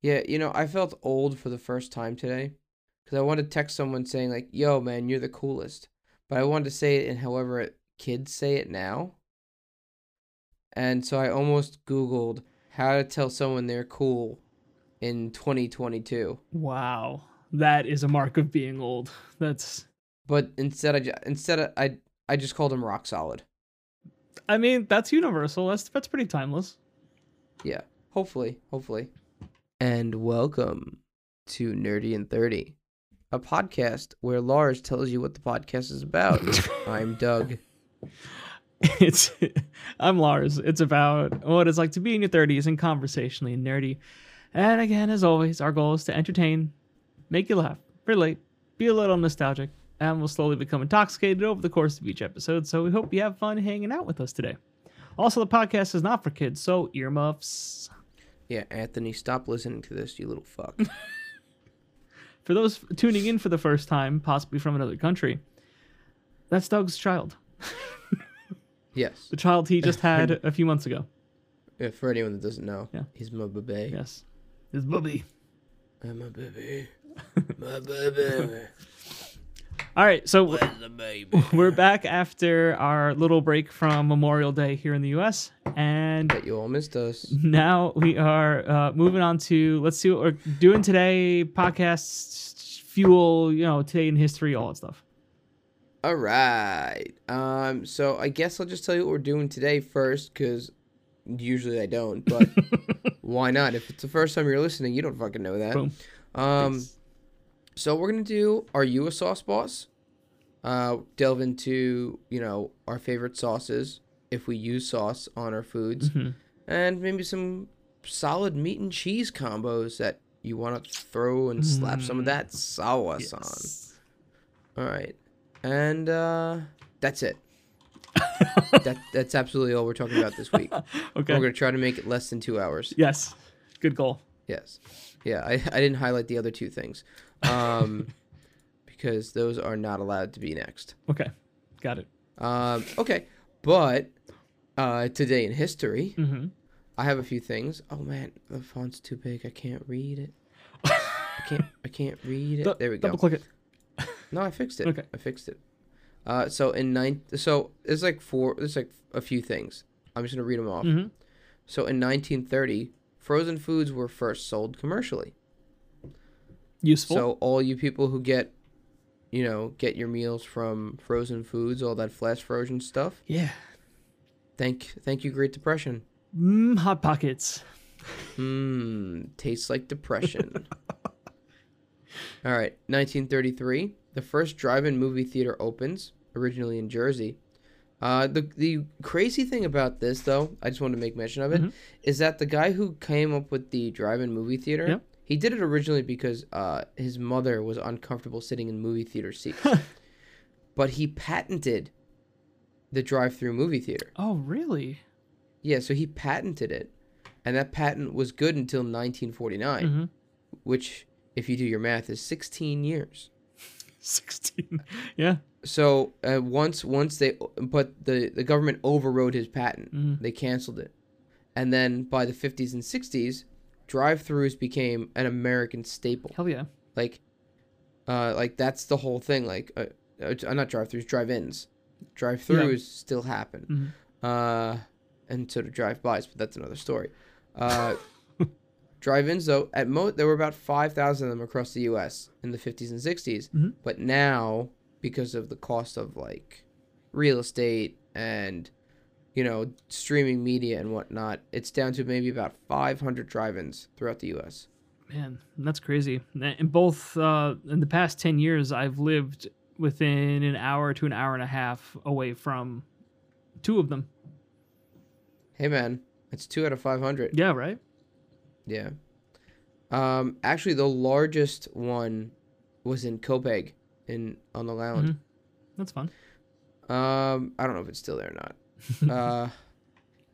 Yeah, you know, I felt old for the first time today because I wanted to text someone saying, like, yo, man, you're the coolest. But I wanted to say it in however it, kids say it now. And so I almost Googled how to tell someone they're cool in 2022. Wow, that is a mark of being old. That's But instead, I, ju- instead I, I, I just called him rock solid. I mean, that's universal. That's that's pretty timeless. Yeah, hopefully, hopefully. And welcome to Nerdy and 30, a podcast where Lars tells you what the podcast is about. I'm Doug. it's I'm Lars. It's about what it's like to be in your 30s and conversationally nerdy. And again, as always, our goal is to entertain, make you laugh, relate, be a little nostalgic, and we'll slowly become intoxicated over the course of each episode. So we hope you have fun hanging out with us today. Also, the podcast is not for kids, so earmuffs. Yeah, Anthony, stop listening to this, you little fuck. For those tuning in for the first time, possibly from another country, that's Doug's child. yes. The child he just had a few months ago. Yeah, for anyone that doesn't know, Yeah. he's my baby. Yes. It's Bubby. I'm a baby. My baby. All right, so Where's the baby? We're back after our little break from Memorial Day here in the U.S. and Bet you all missed us. now we are uh, moving on to let's see what we're doing today. Podcasts, fuel, you know, today in history, all that stuff. All right. Um. So I guess I'll just tell you what we're doing today first, because usually I don't, but why not? If it's the first time you're listening, you don't fucking know that. Boom. Um. So we're gonna do. Are you a sauce boss? Uh, delve into you know our favorite sauces if we use sauce on our foods, Mhm. and maybe some solid meat and cheese combos that you want to throw and slap some of that sauce Mm. Yes. on. All right, and uh, that's it. that that's absolutely all we're talking about this week. Okay. We're gonna try to make it less than two hours. Yes. Good goal. Yes. Yeah, I, I didn't highlight the other two things. Um, because those are not allowed to be next. Okay. Got it. Um, okay. But uh, today in history, hmm I have a few things. Oh man, the font's too big. I can't read it. I can't I can't read it. There we go. Double click it. No, I fixed it. Okay. I fixed it. Uh, so in ninth so it's like four there's like a few things. I'm just gonna read them off. Mhm. So in 1930, frozen foods were first sold commercially. Useful. So all you people who get, you know, get your meals from frozen foods, all that flash frozen stuff. yeah. Thank, thank you, Great Depression. Mm, hot pockets. Mmm, tastes like depression. all right, 1933, the first drive-in movie theater opens, originally in Jersey. Uh, the the crazy thing about this, though, I just wanted to make mention of it, is Mhm. that the guy who came up with the drive-in movie theater, Yeah. he did it originally because uh, his mother was uncomfortable sitting in movie theater seats. but he patented the drive-through movie theater. Oh, really? Yeah, so he patented it, and that patent was good until 1949, hmm which, if you do your math, is 16 years. 16. Yeah. So uh, once once they but the the government overrode his patent, Mhm. they canceled it, and then by the 50s and 60s, drive-throughs became an American staple. Hell yeah. Like, uh, like that's the whole thing. Like, uh, uh, not drive-throughs, drive-ins. Drive-throughs still happen. Mhm. uh, and sort of drive-bys, but that's another story. Uh, drive-ins, though, at most there were about five thousand of them across the U.S. in the fifties and 60s Mhm. But now, because of the cost of like real estate and you know streaming media and whatnot, it's down to maybe about five hundred drive-ins throughout the U.S. Man, that's crazy. In both uh, in the past ten years, I've lived within an hour to an hour and a half away from two of them. Hey, man, it's two out of five hundred. Yeah, right. Yeah. Um, actually, the largest one was in Copaig, in on the island. Mhm. That's fun. Um, I don't know if it's still there or not. uh,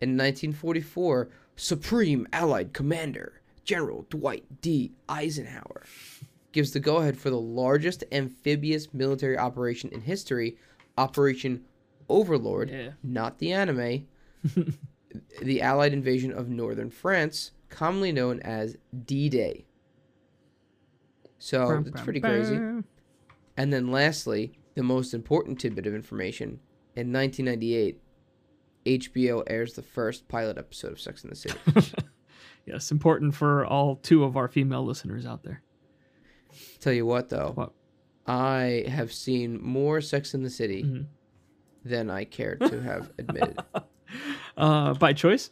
in 1944, Supreme Allied Commander General Dwight D. Eisenhower gives the go-ahead for the largest amphibious military operation in history, Operation Overlord, Yeah. not the anime, the Allied invasion of northern France commonly known as D Day. So it's pretty crazy. And then lastly, the most important tidbit of information in 1998, HBO airs the first pilot episode of Sex in the City. Yes, important for all two of our female listeners out there. Tell you what, though, What? I have seen more Sex in the City Mhm. than I care to have admitted. Uh, by choice?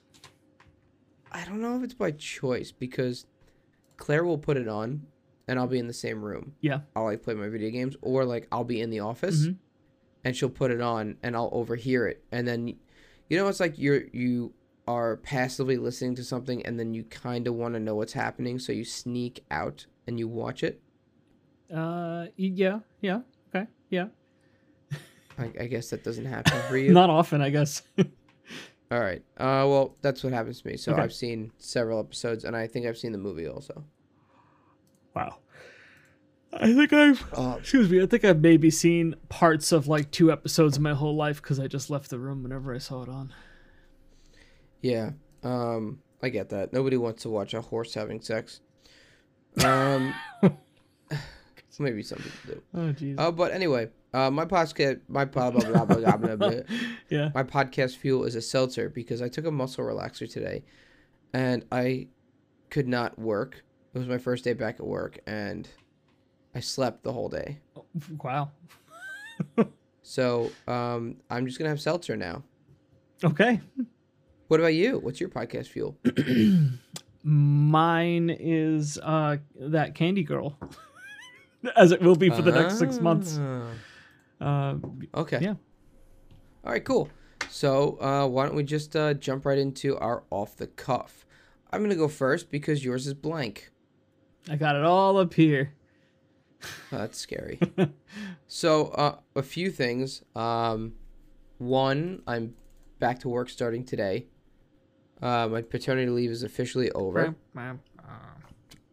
I don't know if it's by choice because Claire will put it on and I'll be in the same room. Yeah. I'll like play my video games or like I'll be in the office Mhm. and she'll put it on and I'll overhear it and then you know it's like you're you are passively listening to something and then you kind of want to know what's happening so you sneak out and you watch it. Uh, y- yeah, yeah, okay, yeah. I, I guess that doesn't happen for you. Not often, I guess. All right. Uh, well, that's what happens to me. So Okay. I've seen several episodes and I think I've seen the movie also. wow. I think I've Uh, excuse me. I think I've maybe seen parts of like two episodes in my whole life because I just left the room whenever I saw it on. Yeah, um, I get that. Nobody wants to watch a horse having sex. Um, maybe some people do. Oh jeez. Uh, but anyway, uh, my podcast, my blah blah blah blah blah blah. blah. yeah. My podcast fuel is a seltzer because I took a muscle relaxer today, and I could not work. It was my first day back at work, and I slept the whole day. Wow. So um, I'm just gonna have seltzer now. Okay. What about you? What's your podcast fuel? Mine is uh that Candy Girl, as it will be for the next six months. Ah. Uh, Okay. Yeah. All right, cool. So uh, why don't we just uh, jump right into our off the cuff? I'm gonna go first because yours is blank. I got it all up here. Uh, that's scary. so uh, a few things. Um, one, I'm back to work starting today. Uh, my paternity leave is officially over, Mm-hmm.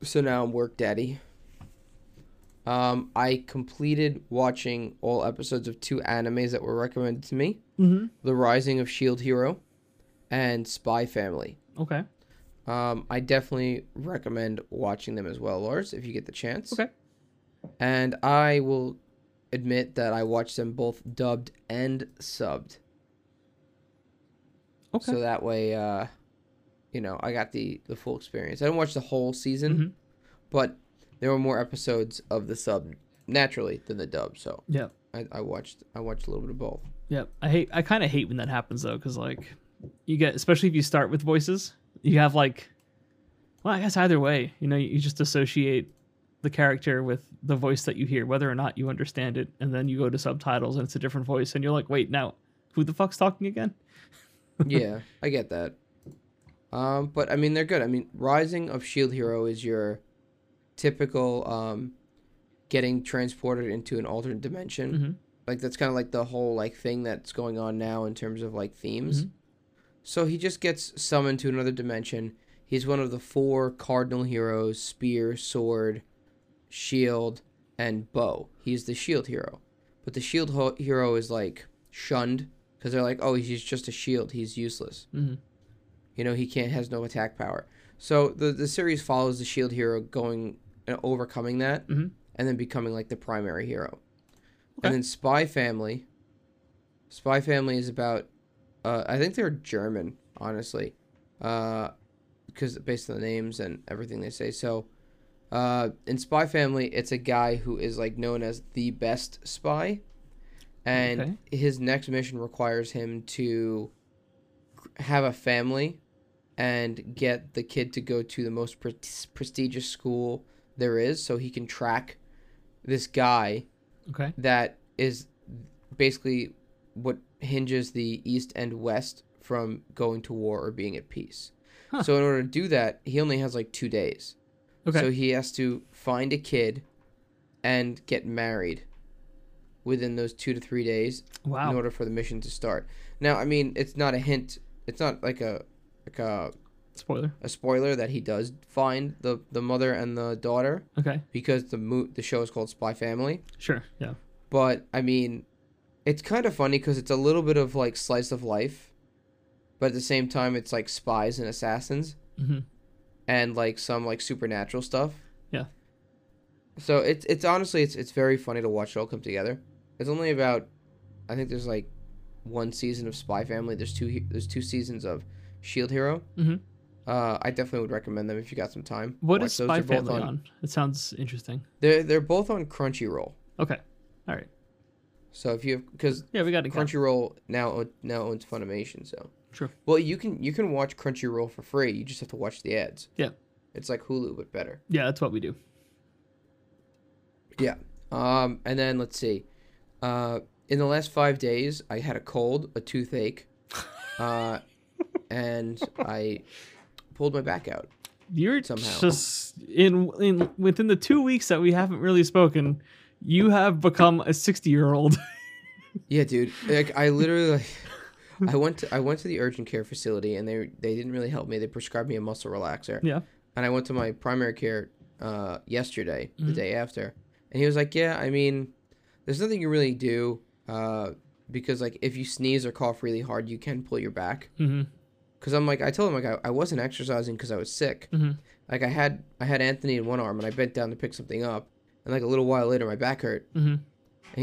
so now I'm work daddy. Um, I completed watching all episodes of two animes that were recommended to me: Mm-hmm. The Rising of Shield E Hero and Spy Family. Okay. Um, I definitely recommend watching them as well, Lars, if you get the chance. Okay. And I will admit that I watched them both dubbed and subbed. Okay. So that way, uh, you know, I got the, the full experience. I didn't watch the whole season, Mhm. but there were more episodes of the sub naturally than the dub. So Yep. I, I watched I watched a little bit of both. Yep. I hate. I kind of hate when that happens though, because like, you get especially if you start with voices, you have like, well, I guess either way, you know, you just associate the character with the voice that you hear, whether or not you understand it, and then you go to subtitles and it's a different voice, and you're like, wait, now who the fuck's talking again? yeah, I get that. Um, but I mean, they're good. I mean, Rising of Shield E Hero is your typical um, getting transported into an alternate dimension. Mhm. Like that's kind of like the whole like thing that's going on now in terms of like themes. So he just gets summoned to another dimension. He's one of the four cardinal heroes: spear, sword, shield, and bow. He's the shield hero, but the shield ho- hero is like shunned because they're like, oh, he's just a shield. He's useless. Mhm. You know, he can't has no attack power. So the the series follows the shield hero going and overcoming that, Mhm. and then becoming like the primary hero. Okay. And then Spy Family. Spy Family is about, uh, I think they're German, honestly, because based on the names and everything they say. So, uh, in Spy Family, it's a guy who is like known as the best spy, and Okay. his next mission requires him to have a family and get the kid to go to the most pre- prestigious school there is so he can track this guy Okay. that is basically what hinges the east and west from going to war or being at peace. Huh. So in order to do that, he only has like 2 days. Okay. So he has to find a kid and get married within those 2 to 3 days in wow. order for the mission to start. Now, I mean, it's not a hint, it's not like a like a, Spoiler. a spoiler that he does find the the mother and the daughter Okay. because the mo- the show is called Spy Family Sure. Yeah. but I mean, it's kind of funny because it's a little bit of like slice of life, but at the same time, it's like spies and assassins. hmm and like some like supernatural stuff. Yeah. So it's it's honestly it's it's very funny to watch it all come together. It's only about, I think there's like, one season of Spy Family. There's two he- there's two seasons of Shield Hero. Mhm. Uh, I definitely would recommend them if you got some time. What Watch is those. Spy They're both Family on? It sounds interesting. They're they're both on Crunchyroll. Okay. All right. So if you have because Yeah, we got it. covered. Crunchyroll now own- now owns Funimation, so True. Well, you can you can watch Crunchyroll for free. You just have to watch the ads. Yeah. It's like Hulu but better. Yeah, that's what we do. Yeah. Um, and then let's see. Uh, in the last five days, I had a cold, a toothache, uh, and I pulled my back out. You're Somehow. just in in within the two weeks that we haven't really spoken, you have become a sixty year old. Yeah, dude. Like I literally, like, I went to I went to the urgent care facility, and they they didn't really help me. They prescribed me a muscle relaxer. yeah. and I went to my primary care uh, yesterday, Mm-hmm. the day after, and he was like, "Yeah, I mean, there's nothing you really do uh, because like if you sneeze or cough really hard, you can pull your back." hmm Because I'm like, I told him like I, I wasn't exercising because I was sick. Mhm. Like I had I had Anthony in one arm, and I bent down to pick something up, and like a little while later, my back hurt. hmm And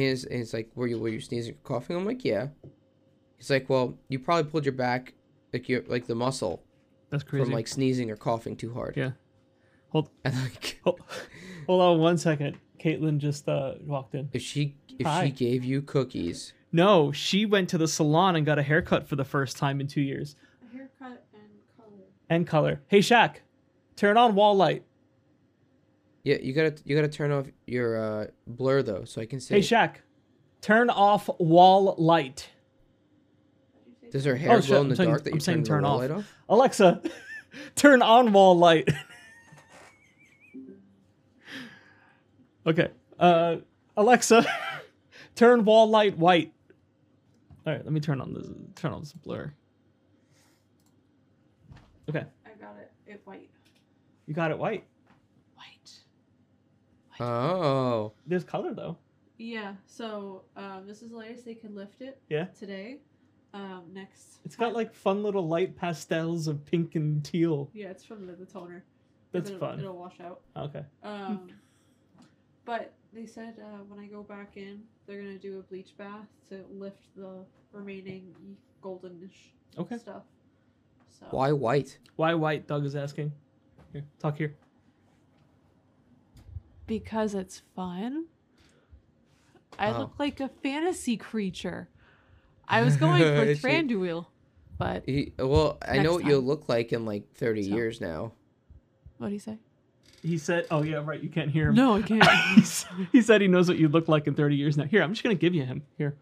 he's, and he's like, were you were you sneezing or coughing? I'm like, yeah. He's like, well, you probably pulled your back, like your like the muscle That's crazy. from like sneezing or coughing too hard. Yeah. Hold- And like. Hol- Hold on one second. Caitlin just uh, walked in. If she if Hi. she gave you cookies, No, she went to the salon and got a haircut for the first time in two years A haircut and color. and color. Hey, Shaq, turn on wall light. yeah, you gotta you gotta turn off your uh, blur though, so I can see. Hey, Shaq, turn off wall light. How'd you say Does her hair Oh, shit, glow in I'm the saying- dark that I'm you saying turn, turn the wall off. light off? Alexa, turn on wall light. okay. Uh, Alexa, turn wall light white. All right, let me turn on this. Turn on this blur. Okay, I got it. It white. you got it white. White. Oh, There's color though. Yeah. So um, this is the latest they could lift it. Yeah. Today. Um, next. It's got like fun little light pastels of pink and teal. Yeah, it's from the, the toner. 'Cause That's it'll, fun. It'll wash out. Okay. Um, but they said uh, when I go back in, they're gonna do a bleach bath to lift the remaining goldenish Okay. stuff. So why white? Why white? Doug is asking. Here, talk here. Because it's fun. I Oh. look like a fantasy creature. I was going for I see. Thranduil, but He, well, I Next know what you'll time. look like in like thirty So. years now. what do you say? He said, "Oh yeah, right. You can't hear him." No, I he can't. s- he said he knows what you look like in 30 years now. Here, I'm just gonna give you him. Here,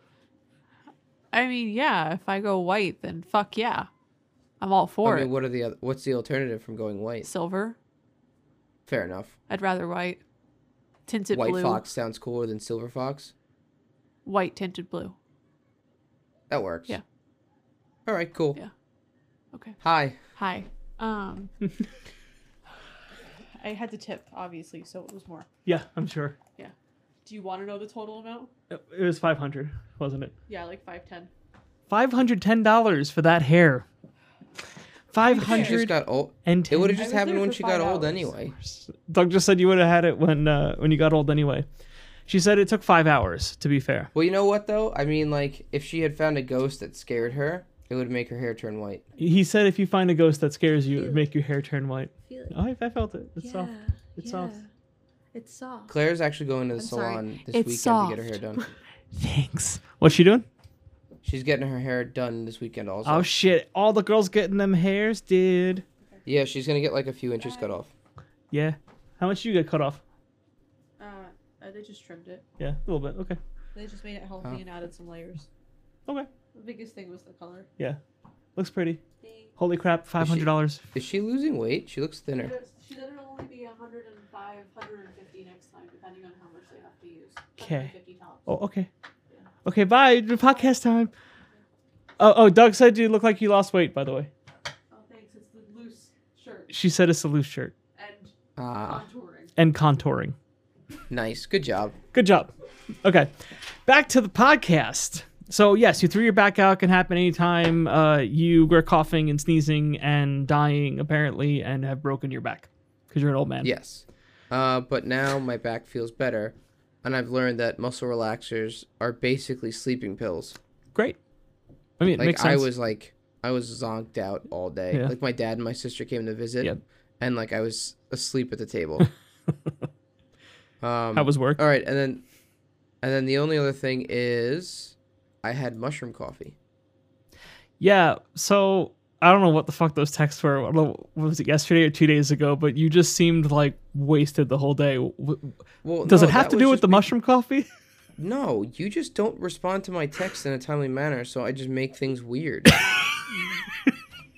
I mean, yeah, if I go white, then fuck yeah. I'm all for I mean, it. what are the other, what's the alternative from going white? Silver. Fair enough. I'd rather white. Tinted white blue. fox sounds cooler than silver fox. White tinted blue. That works. Yeah. All right. Cool. Yeah. Okay. Hi. Hi. Um I had to tip, obviously, so it was more. yeah, I'm sure Do you want to know the total amount? it it was 500, wasn't it? Yeah, like five ten. 510 dollars for that hair. She just 500 got old. and It would have I just was happened there when for she got five old hours. anyway. Doug just said you would have had it when uh, when you got old anyway. She said it took five hours. To be fair, Well, you know what though? I mean, like, if she had found a ghost that scared her, it would make her hair turn white. he said if you find a ghost that scares you, it would make your hair turn white. Oh, I- I felt it. It's soft. It's soft. It's soft. Claire's actually going to the I'm sorry. salon this It's weekend to get her hair soft. done. Thanks. What's she doing? She's getting her hair done this weekend also. Oh shit! All the girls getting them hairs, dude. yeah, she's gonna get like a few inches cut off. Yeah. How much you get cut off? Uh, uh, they just trimmed it. Yeah, a little bit. Okay. They just made it healthy Oh. and added some layers. Okay. The biggest thing was the color. Looks pretty. Holy crap, five she- hundred dollars. Is she losing weight? She looks thinner. She said it'll only be 105, 150 next time, depending on how much they have to use. 'Kay. 150 tops. Oh, okay. Okay, bye. Podcast time. Oh, oh, Doug said you look like you lost weight. By the way, Oh, thanks. It's the loose shirt she said it's a loose shirt and Ah, contouring. and contouring. nice. Good job. Good job. Okay, back to the podcast. So yes, you threw your back out. Can happen anytime. Uh, you were coughing and sneezing and dying apparently, and have broken your back because you're an old man. Yes. Uh, but now my back feels better, and I've learned that muscle relaxers are basically sleeping pills. Great. I mean, it like makes I sense. was like I was zonked out all day. Yeah. Like my dad and my sister came to visit, Yep. and like I was asleep at the table. um, How was work? all right, and then and then the only other thing is I had mushroom coffee. Yeah. So I don't know what the fuck those texts were. I don't know, what was it yesterday or two days ago? But you just seemed like wasted the whole day. W- w- Well, Does no, it have that to was do just with the be- mushroom coffee? No, you just don't respond to my texts in a timely manner, so I just make things weird.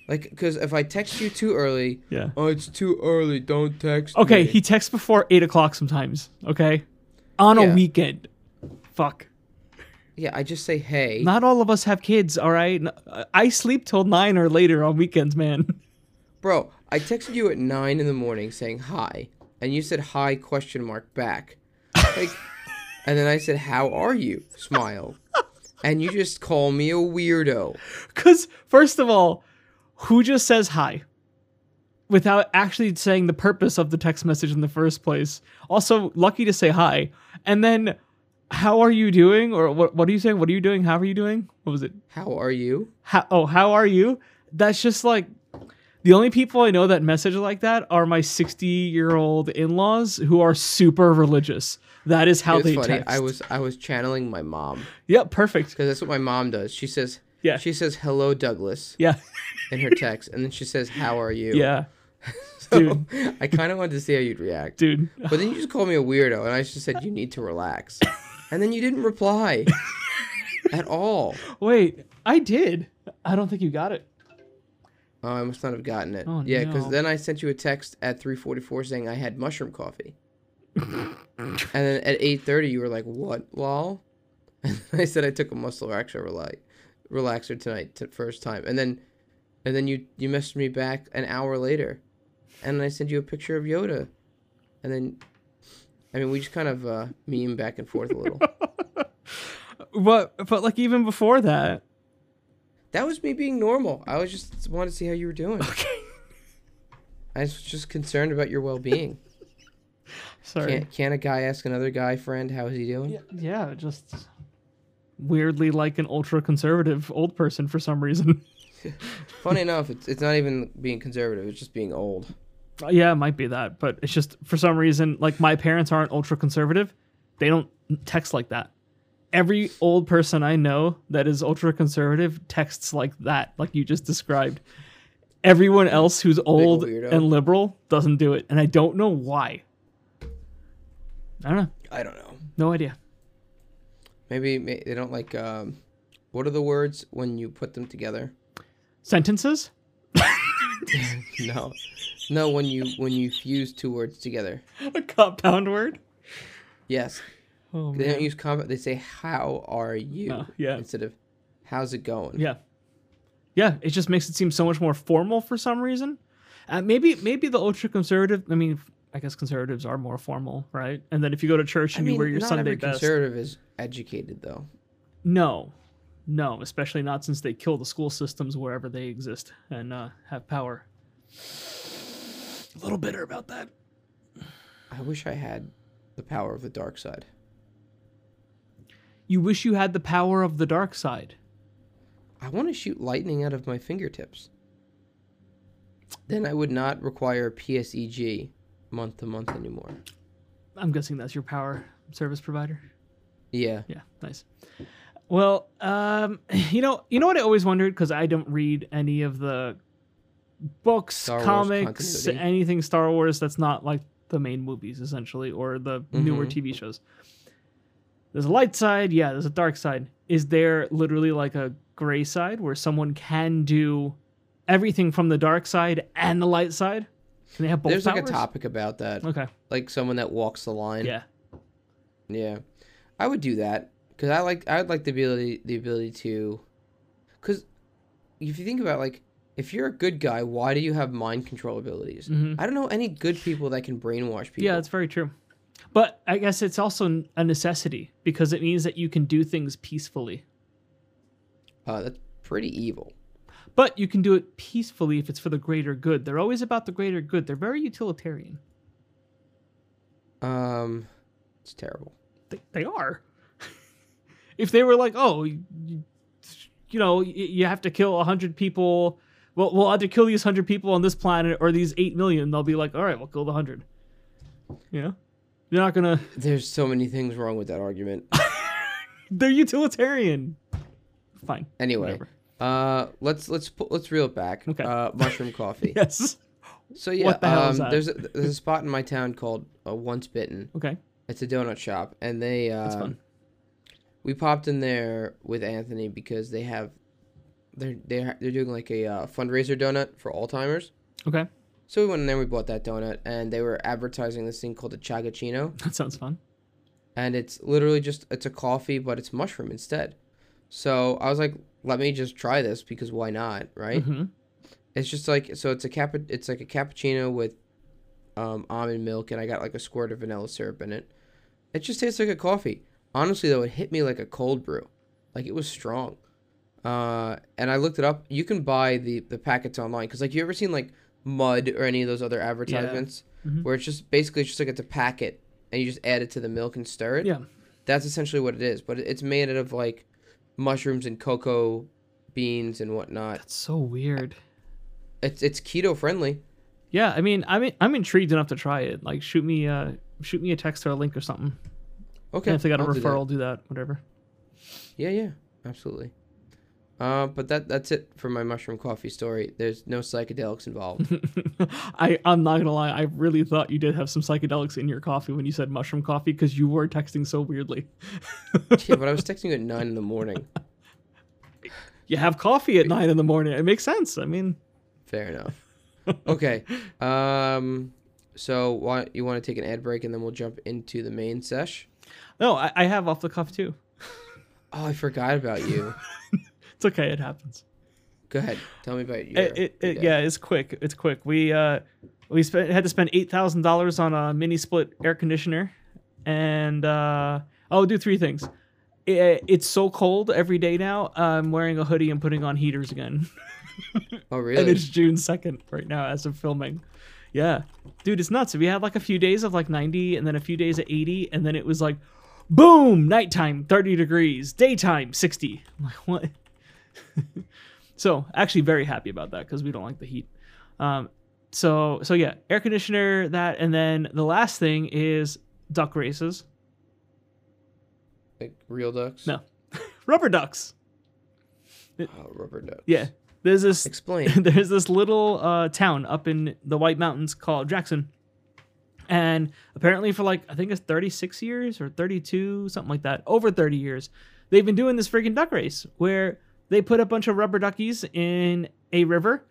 like, because if I text you too early, yeah. oh, it's too early, don't text. Okay. me." He texts before eight o'clock sometimes. Okay. On Yeah. a weekend. Fuck. yeah, I just say hey. Not all of us have kids. All right. N- I sleep till nine or later on weekends, man. Bro, I texted you at nine in the morning saying hi, and you said hi question mark back. Like, and then I said, "How are you?" Smile, and you just call me a weirdo. Because first of all, who just says hi without actually saying the purpose of the text message in the first place? Also, lucky to say hi, and then how are you doing? Or what? What are you saying? What are you doing? How are you doing? What was it? How are you? How, oh, how are you? That's just like the only people I know that message like that are my sixty-year-old in-laws who are super religious. That is how It's they funny. text. I was I was channeling my mom Yep, perfect. because that's what my mom does. She says, Yeah. she says, "Hello, Douglas," Yeah, in her text, and then she says, "How are you?" yeah, So, I kind of wanted to see how you'd react, dude. but then you just called me a weirdo, and I just said, "You need to relax," and then you didn't reply at all. Wait, I did. I don't think you got it. Oh, I must not have gotten it. Oh, yeah, because no. then I sent you a text at 3:44 saying I had mushroom coffee, and then at 8:30 you were like, "What, lol?" And I said I took a muscle relaxer, relax, relaxer tonight, t- first time, and then, and then you you messaged me back an hour later, and I sent you a picture of Yoda, and then, I mean, we just kind of uh, meme back and forth a little. But but like even before that. that was me being normal. I was just wanted to see how you were doing. Okay. I was just concerned about your well-being. Sorry. Can, can a guy ask another guy friend how is he doing? Yeah, yeah, just weirdly like an ultra conservative old person for some reason. Funny enough, it's, it's not even being conservative; it's just being old. yeah, it might be that, but it's just for some reason like my parents aren't ultra conservative. They don't text like that. Every old person I know that is ultra conservative texts like that, like you just described. Everyone else who's old weirdo. and liberal doesn't do it, and I don't know why. I don't know. I don't know. No idea. Maybe may, they don't like. Um, what are the words when you put them together? Sentences? No, no. When you when you fuse two words together. A compound word? Yes, Oh, they don't man. use comma. They say "How are you?" Oh, yeah. Instead of "How's it going?" Yeah. Yeah, it just makes it seem so much more formal for some reason. Uh, maybe maybe the ultra conservative, I mean, I guess conservatives are more formal, right? And then if you go to church I and you mean, wear your not Sunday every best. conservative is educated though. No. No, especially not since they kill the school systems wherever they exist and uh, have power. A little bitter about that. I wish I had the power of the dark side. You wish you had the power of the dark side. I want to shoot lightning out of my fingertips. Then I would not require PSEG month to month anymore. I'm guessing that's your power service provider. Yeah. Yeah, nice. Well, um, you know, you know what I always wondered because I don't read any of the books, Star Wars comics, continuity. anything Star Wars that's not like the main movies essentially or the Mm-hmm. newer TV shows. There's a light side, yeah. There's a dark side. Is there literally like a gray side where someone can do everything from the dark side and the light side? Can they have both? There's like powers? a topic about that. Okay. Like someone that walks the line. Yeah. Yeah. I would do that cuz I like I would like the ability the ability to cuz if you think about like if you're a good guy, why do you have mind control abilities? Mhm. I don't know any good people that can brainwash people. Yeah, that's very true. But I guess it's also n- a necessity because it means that you can do things peacefully. Uh, that's pretty evil. But you can do it peacefully if it's for the greater good. They're always about the greater good. They're very utilitarian. Um, it's terrible. They, they are. if they were like, oh, you, you know, y- you have to kill 100 people. Well, we'll either kill these 100 people on this planet or these 8 million. They'll be like, all right, we'll kill the 100. You know? They're not going to. There's so many things wrong with that argument. They're utilitarian. Fine. Anyway, Whatever. uh, let's let's pu- let's reel it back. Okay. Uh, mushroom coffee. Yes. So yeah, What the hell um, is that? there's a, there's a spot in my town called uh, Once Bitten. Okay. It's a donut shop, and they That's uh, fun. we popped in there with Anthony because they have they're they're they're doing like a uh, fundraiser donut for Alzheimer's. Okay. So we went in there, we bought that donut, and they were advertising this thing called a chagachino, That sounds fun. and it's literally just it's a coffee, but it's mushroom instead. So I was like, let me just try this because why not, right? hmm It's just like so it's a cap it's like a cappuccino with um, almond milk and I got like a squirt of vanilla syrup in it. It just tastes like a coffee. Honestly though, it hit me like a cold brew. Like it was strong. Uh, and I looked it up. You can buy the the packets online cuz like you ever seen like Mud or any of those other advertisements Mhm. where it's just basically it's just like it's a packet and you just add it to the milk and stir it. Yeah. That's essentially what it is, but it- it's made out of like mushrooms and cocoa beans and whatnot. That's so weird. It's it's keto friendly. Yeah, I mean, I'm I'm intrigued enough to try it. Like, shoot me, uh, shoot me a text or a link or something. Okay. And if they got a I'll do that. referral, do that. Whatever. Yeah, yeah, absolutely. Uh, but that that's it for my mushroom coffee story. There's no psychedelics involved. I I'm not gonna lie. I really thought you did have some psychedelics in your coffee when you said mushroom coffee because you were texting so weirdly. yeah, but I was texting you at nine in the morning. You have coffee at nine in the morning. It makes sense. I mean, Fair enough. Okay. Um. So why you want to take an ad break and then we'll jump into the main sesh? no, I, I have off the cuff too. Oh, I forgot about you. It's okay. It happens. Go ahead. Tell me about you. it, it, it, yeah, it's quick. It's quick. We uh, we spent had to spend eight thousand dollars on a mini split air conditioner, and uh, I'll do three things. It, it's so cold every day now. I'm wearing a hoodie and putting on heaters again, Oh, and really? it's June second right now as of filming. Yeah, dude, it's nuts. We had like a few days of like ninety, and then a few days at eighty, and then it was like, boom, nighttime thirty degrees, daytime sixty. I'm like, what? So actually, very happy about that because we don't like the heat. Um, so so yeah, air conditioner that, and then the last thing is duck races, Like real ducks? No. rubber ducks. Oh, rubber ducks. Yeah, there's this Explain. there's this little uh, town up in the White Mountains called Jackson, and apparently for like I think it's 36 years or 32 something like that, over 30 years, they've been doing this freaking duck race where they put a bunch of rubber duckies in a river,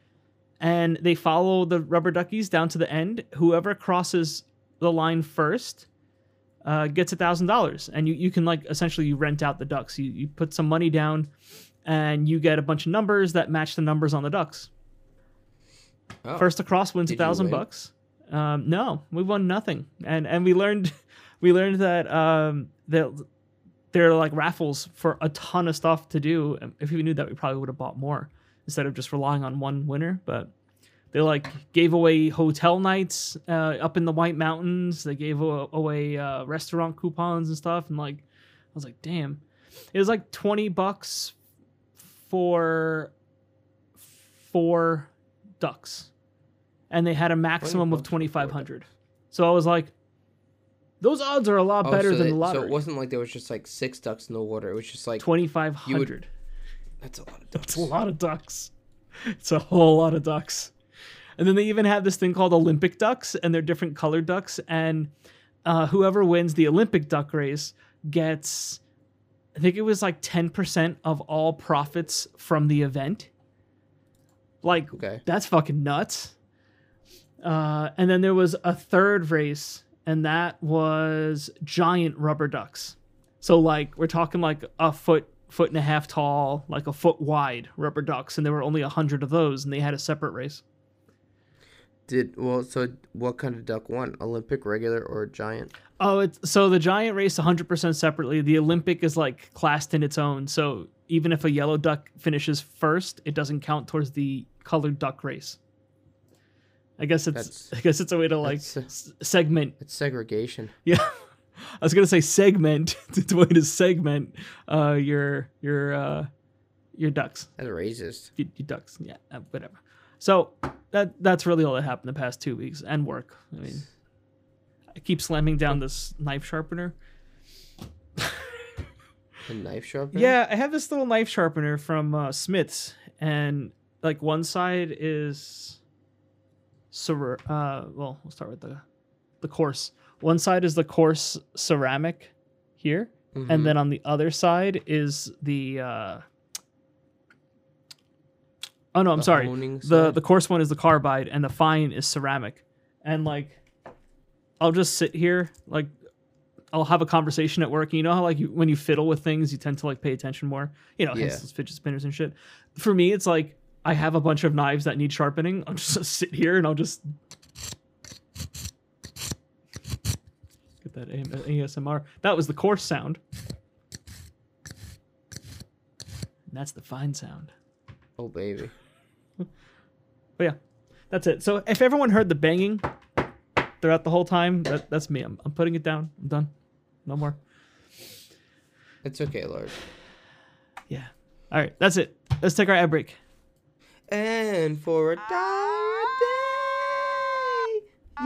and they follow the rubber duckies down to the end. Whoever crosses the line first uh, gets a thousand dollars, and you you can like essentially you rent out the ducks. You you put some money down, and you get a bunch of numbers that match the numbers on the ducks. Oh, First across wins a Did you thousand win? bucks. Um, no, we won nothing, and and we learned we learned that um, that there are like raffles for a ton of stuff to do. Um, If we knew that, we probably would have bought more instead of just relying on one winner. But they like gave away hotel nights uh, up in the White Mountains. They gave a- away uh, restaurant coupons and stuff. And like, I was like, damn, it was like twenty bucks for four ducks, and they had a maximum of bucks for four twenty ducks. five hundred. So I was like, those odds are a lot Oh, better so than they- the So it lottery. wasn't like there was just like six ducks in the water. It was just like twenty five hundred. that's a lot of ducks. It's a lot of ducks. It's a whole lot of ducks. And then they even have this thing called Olympic ducks, and they're different colored ducks. And uh, whoever wins the Olympic duck race gets, I think it was like 10% of all profits from the event. Like, Okay. that's fucking nuts. Uh, and then there was a third race, and that was giant rubber ducks. So like we're talking like a foot, foot and a half tall, like a foot wide rubber ducks, and there were only a hundred of those, and they had a separate race. Did well. So, what kind of duck won? Olympic, regular, or giant? Oh, it's so the giant race 100% separately. The Olympic is like classed in its own. So even if a yellow duck finishes first, it doesn't count towards the colored duck race. I guess it's That's- I guess it's a way to like that's, uh, s- segment. It's segregation. Yeah, I was gonna say segment. it's a way to segment uh, your your uh, your ducks. That's racist. You, you ducks. Yeah, uh, whatever. So that that's really all that happened the past two weeks and work. I mean, I keep slamming down this knife sharpener. The knife sharpener. Yeah, I have this little knife sharpener from uh, Smith's, and like one side is, cer- uh, well, we'll start with the, the coarse. One side is the coarse ceramic, here, Mhm. and then on the other side is the. Uh, oh no, I'm The sorry. honing the side? the coarse one is the carbide and the fine is ceramic and like i'll just sit here like i'll have a conversation at work and you know how like you, when you fiddle with things you tend to like pay attention more you know hence Yeah. those fidget spinners and shit for me it's like i have a bunch of knives that need sharpening i'll just sit here and i'll just get that AM asmr that was the coarse sound and that's the fine sound Oh baby. but yeah, that's it. So if everyone heard the banging throughout the whole time, that, that's me. I'm, I'm putting it down. I'm done. No more. It's okay, Lord. Yeah. All right, that's it. Let's take our ad break. And for a dollar Ah, a day,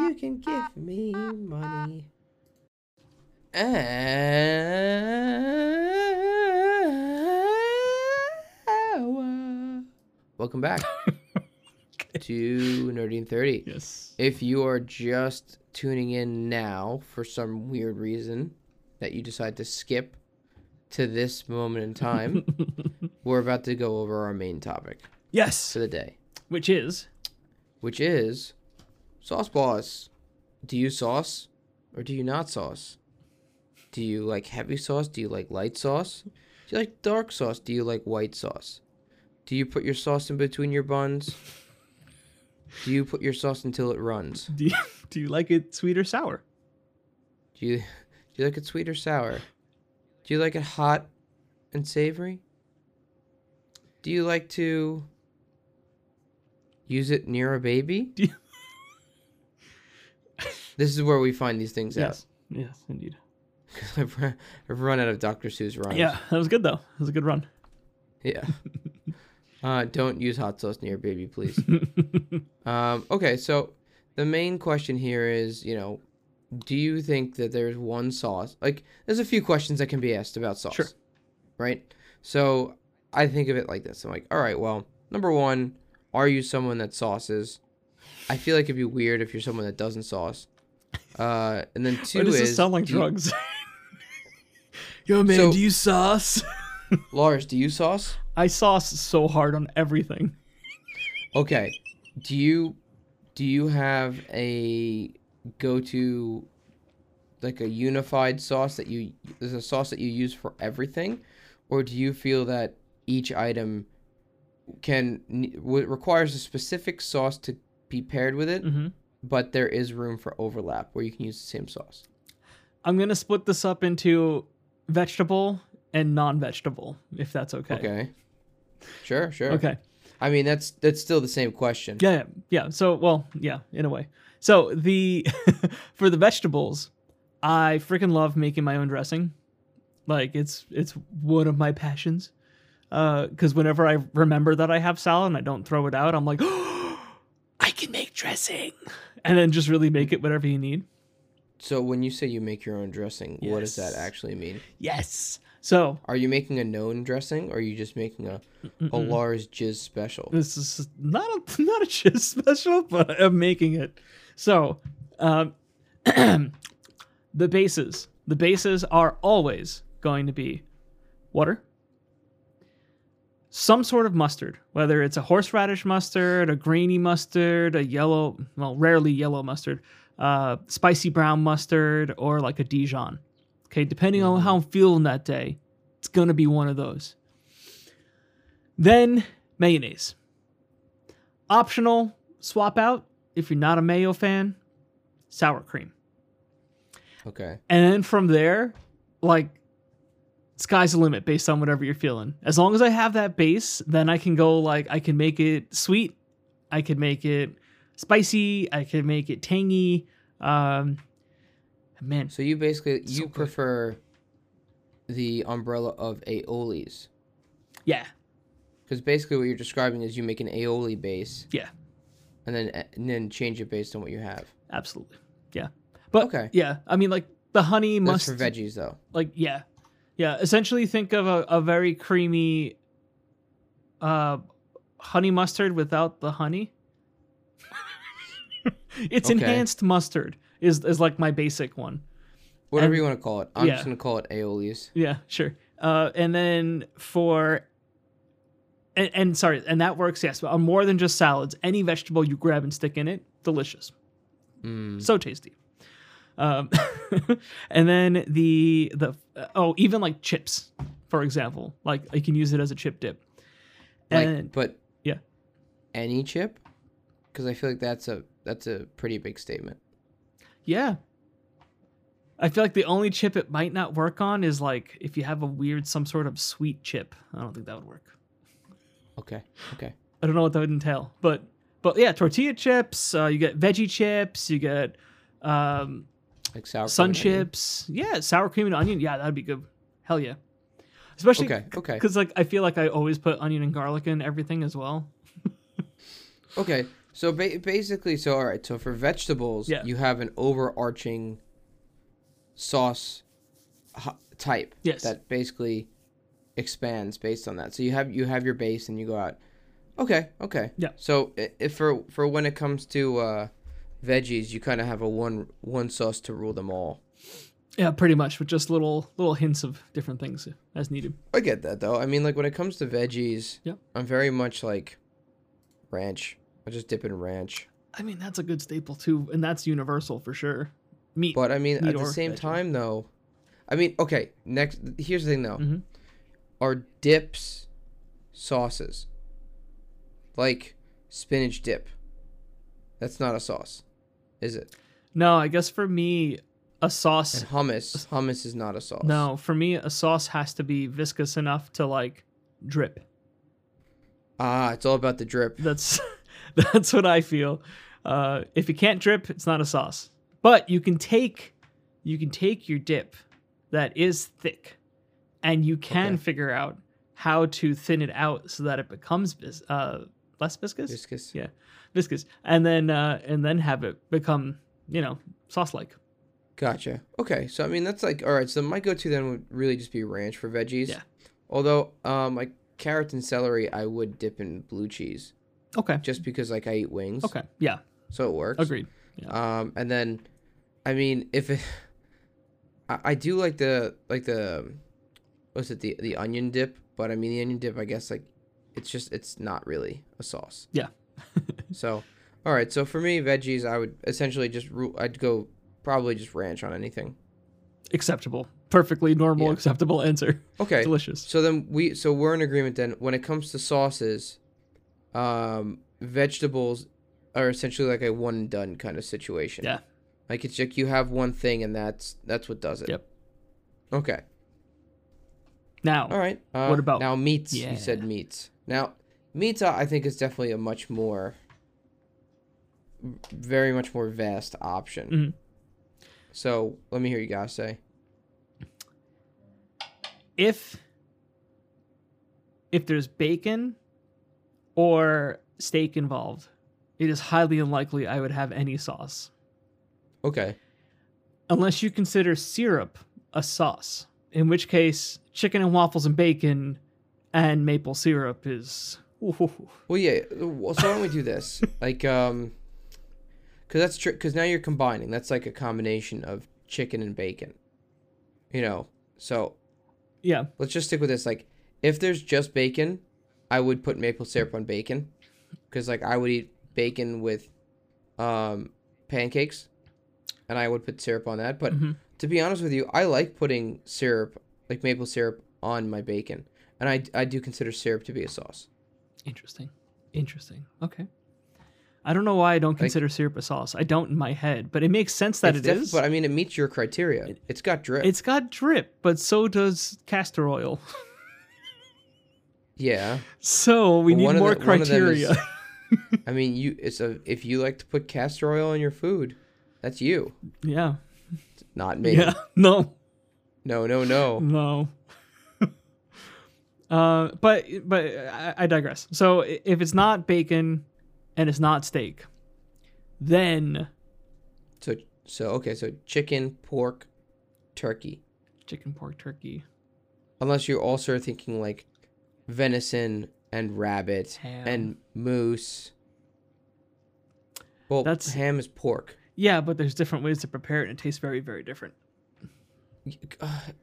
you can give me ah, money. And welcome back to Nerdy and Thirty. Yes. If you are just tuning in now for some weird reason that you decide to skip to this moment in time, we're about to go over our main topic Yes. for the day, Which is which is sauce boss. Do you sauce or do you not sauce? Do you like heavy sauce? Do you like light sauce? Do you like dark sauce? Do you like white sauce? Do you put your sauce in between your buns? Do you put your sauce until it runs? do you, do you like it sweet or sour? Do you do you like it sweet or sour? Do you like it hot and savory? Do you like to use it near a baby? Do you- this is where we find these things Yes. Yes, indeed. out. 'Cause I've run, I've run out of Dr. Seuss rhymes. Yeah, that was good though. That was a good run. Yeah. uh, don't use hot sauce near a baby, please. um, okay, so the main question here is, you know, do you think that there's one sauce? Like, there's a few questions that can be asked about sauce. Sure. Right? So I think of it like this I'm like, all right, well, number one, are you someone that sauces? I feel like it'd be weird if you're someone that doesn't sauce. Uh, and then two Or does is this sound like do you- drugs? Yo, man, So- do you sauce? Lars, do you sauce? I sauce so hard on everything. Okay. Do you do you have a go to like a unified sauce that you there's a sauce that you use for everything or do you feel that each item can ne- w- requires a specific sauce to be paired with it Mm-hmm. but there is room for overlap where you can use the same sauce I'm gonna split this up into vegetable and non-vegetable, if that's okay. okay sure sure Okay. i mean that's that's still the same question Yeah, yeah. Yeah. So, well, yeah, in a way. So the for the vegetables, I freaking love making my own dressing. Like it's it's one of my passions. Because whenever I remember that I have salad and I don't throw it out, I'm like, I can make dressing, and then just really make it whatever you need. so when you say you make your own dressing what does that Yes. actually mean Yes. So Are you making a known dressing, or are you just making a, a mm-mm. Lars Jizz special? This is not a not a chip special, but I'm making it. So, um, the bases. The bases are always going to be water, some sort of mustard, whether it's a horseradish mustard, a grainy mustard, a yellow, well, rarely yellow mustard, uh, spicy brown mustard, or like a Dijon. Okay, depending on how I'm feeling that day, it's gonna be one of those. Then mayonnaise. Optional swap out if you're not a mayo fan, sour cream. Okay. And then from there, like sky's the limit based on whatever you're feeling. As long as I have that base, then I can go like I can make it sweet, I could make it spicy, I could make it tangy. Um, man, So you basically So you good. prefer the umbrella of aiolis yeah, because basically what you're describing is you make an aioli base. Yeah. And then and then change it based on what you have. absolutely, yeah. But Okay. yeah, I mean like the honey That's must for veggies though. like yeah yeah essentially think of a, a very creamy uh honey mustard without the honey it's Okay. enhanced mustard is is like my basic one Whatever And- you want to call it. I'm yeah. just gonna call it aiolis. yeah sure uh and then for and, and sorry and that works yes but on more than just salads any vegetable you grab and stick in it delicious Mm. so tasty um, and then the the oh even like chips for example like you can use it as a chip dip Like, and but yeah. Any chip? Because I feel like that's a that's a pretty big statement. yeah i feel like the only chip it might not work on is like if you have a weird some sort of sweet chip i don't think that would work Okay. Okay. I don't know what that would entail, but but yeah, tortilla chips. Uh, you get veggie chips. You get um, Like sour. cream sun and onion. chips. Yeah, sour cream and onion. Yeah, that'd be good. Hell yeah, especially Okay. Okay. because like I feel like I always put onion and garlic in everything as well. Okay, so ba- basically, so all right, so for vegetables, Yeah. you have an overarching sauce h- type Yes. that basically expands based on that. So you have you have your base, and you go out. Okay, okay, Yeah. So i- if for for when it comes to uh, veggies, you kind of have a one one sauce to rule them all. Yeah, pretty much with just little little hints of different things as needed. I get that though. I mean, like when it comes to veggies, Yep. I'm very much like ranch. I just dip in ranch. I mean, that's a good staple too, and that's universal for sure. Meat. But I mean, meat at the or same veggie. time, though, I mean, okay. Next, here's the thing, though: Mhm. are dips sauces? Like spinach dip. That's not a sauce, is it? no, I guess for me, a sauce And hummus, hummus is not a sauce. No, for me, a sauce has to be viscous enough to like drip. Ah, it's all about the drip. That's that's what I feel. Uh, if it can't drip, it's not a sauce. But you can take you can take your dip that is thick, and you can Okay. figure out how to thin it out so that it becomes vis- uh, less viscous, Viscous. Yeah. viscous, and then uh, and then have it become you know sauce like. Gotcha. Okay, so I mean that's like all right. So my go-to then would really just be ranch for veggies. Yeah. Although, um, like carrots and celery, I would dip in blue cheese Okay. just because like I eat wings. Okay. Yeah. So it works. Agreed. Um, and then, I mean, if it, I, I do like the like the, what's it the the onion dip? But I mean the onion dip, I guess like, it's just it's not really a sauce. Yeah. so, all right. So for me, veggies, I would essentially just rule. I'd go probably just ranch on anything. Acceptable. Perfectly normal, Yeah. acceptable answer. Okay. Delicious. So then we so we're in agreement then when it comes to sauces, um, vegetables are essentially like a one and done kind of situation. Yeah. Like it's like you have one thing and that's that's what does it. Yep. Okay. Now, All right. Uh, What about- now meats? You said Yeah. meats. Now meats, uh, I think is definitely a much more, very much more vast option. Mhm. So let me hear you guys say. if if there's bacon or steak involved, it is highly unlikely I would have any sauce Okay. unless you consider syrup a sauce. In which case, chicken and waffles and bacon and maple syrup is ooh, Well, yeah. uh, Well, so why don't we do this? like, um, because that's true. Because now you're combining. That's like a combination of chicken and bacon. You know. So yeah, let's just stick with this. Like, if there's just bacon, I would put maple syrup on bacon, because like I would eat bacon with, um, pancakes, and I would put syrup on that. But Mhm. to be honest with you, I like putting syrup, like maple syrup, on my bacon, and I I do consider syrup to be a sauce. interesting, interesting. Okay, I don't know why I don't consider syrup a sauce. I don't in my head, but it makes sense that it's it diff- is. But I mean, it meets your criteria. it's got drip. It's got drip, but so does castor oil. yeah. So we Well, need one of more the- one of them is- criteria. I mean, you. It's a if you like to put castor oil in your food, that's you, yeah. not me. Yeah. No. No, no, no. No. uh, but but I, I digress. So i- if it's not bacon, and it's not steak, then So so okay. So chicken, pork, turkey. chicken, pork, turkey, Unless you also are thinking like venison and rabbit ham. and moose. Well, That's- ham is pork. yeah, but there's different ways to prepare it, and it tastes very very different.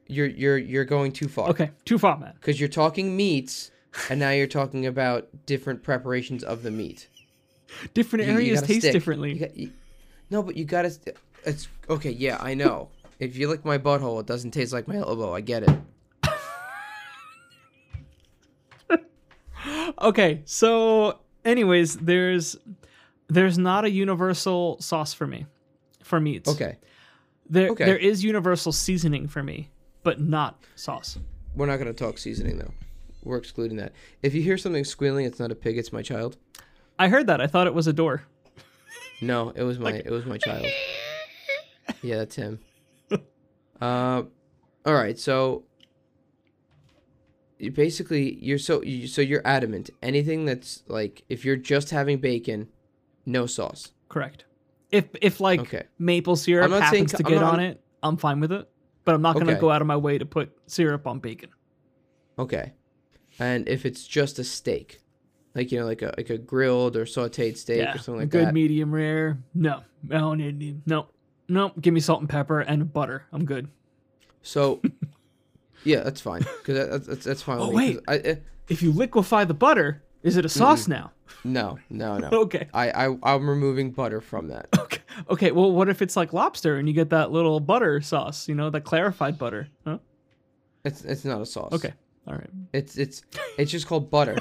You're you're you're going too far. Okay, too far, man. Because you're talking meats, and now you're talking about different preparations of the meat. Different You- you areas gotta taste stick. differently. You got- you- no, but you gotta. st- It's okay. Yeah, I know. If you lick my butthole, it doesn't taste like my elbow. I get it. okay so anyways there's there's not a universal sauce for me for meats Okay, there okay. there is universal seasoning for me but not sauce we're not gonna talk seasoning though. We're excluding that. If you hear something squealing, it's not a pig. It's my child. i heard that i thought it was a door No, it was my it was my child. Yeah, that's him. Uh, all right. So you basically, you're so you, so you're adamant. Anything that's like, if you're just having bacon, no sauce. correct if if like Okay. maple syrup I'm not saying happens to co- I'm get not- on it i'm fine with it but i'm not gonna Okay. go out of my way to put syrup on bacon Okay. And if it's just a steak, like you know, like a like a grilled or sautéed steak yeah or something like good that. medium rare no i don't need any no no give me salt and pepper and butter i'm good So, yeah, that's fine because that, that's- that's that's fine. with Oh, me, 'cause I, uh, if you liquefy the butter is it a sauce now no, no, no. okay I I I'm removing butter from that. Okay. Okay. Well, what if it's like lobster and you get that little butter sauce? You know, that clarified butter. Huh? It's it's not a sauce. Okay. All right. It's it's it's just called butter.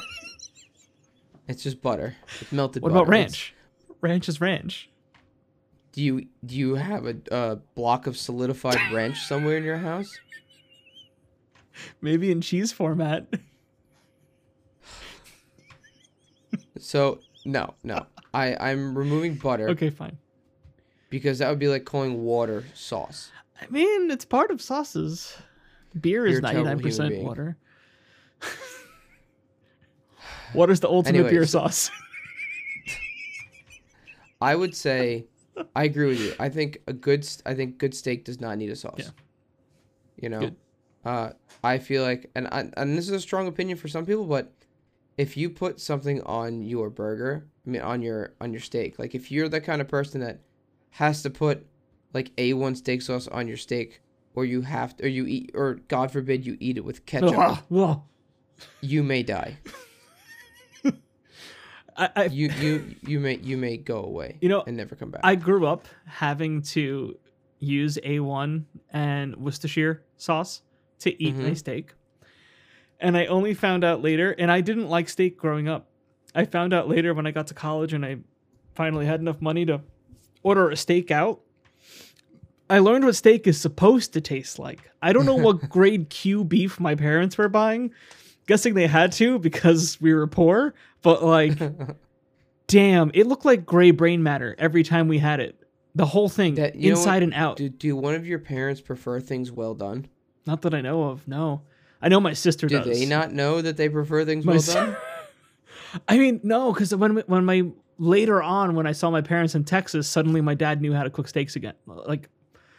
it's just butter. It's melted. What butter. about ranch? Ranch is ranch. It's- do you do you have a, a block of solidified ranch somewhere in your house? Maybe in cheese format. So no, no. I I'm removing butter okay, fine. because that would be like calling water sauce. I mean, it's part of sauces. Beer You're is a terrible human ninety-nine percent being. water. Water's the ultimate Anyway, beer so- sauce. I would say, I agree with you. I think a good s- I think good steak does not need a sauce. Yeah. You know, Good. uh, I feel like, and I, and this is a strong opinion for some people, but if you put something on your burger, I mean on your on your steak, like if you're the kind of person that has to put like a one steak sauce on your steak, or you have to, or you eat, or God forbid you eat it with ketchup, Ugh, ugh. you may die. I, I, You you you may you may go away. You know, and never come back. Oh. I grew up having to use A1 and Worcestershire sauce to eat my Mhm. steak. And I only found out later, and I didn't like steak growing up. I found out later when I got to college and I finally had enough money to order a steak out. I learned what steak is supposed to taste like. I don't know what grade Q beef my parents were buying. Guessing they had to because we were poor, but like Damn, it looked like gray brain matter every time we had it. The whole thing, That- you know what, inside and out. Do do one of your parents prefer things well done? Not that I know of. No, I know my sister Do does. they not know that they prefer things My well si- done? I mean, no, because when when my later on when I saw my parents in Texas, suddenly my dad knew how to cook steaks again. Like,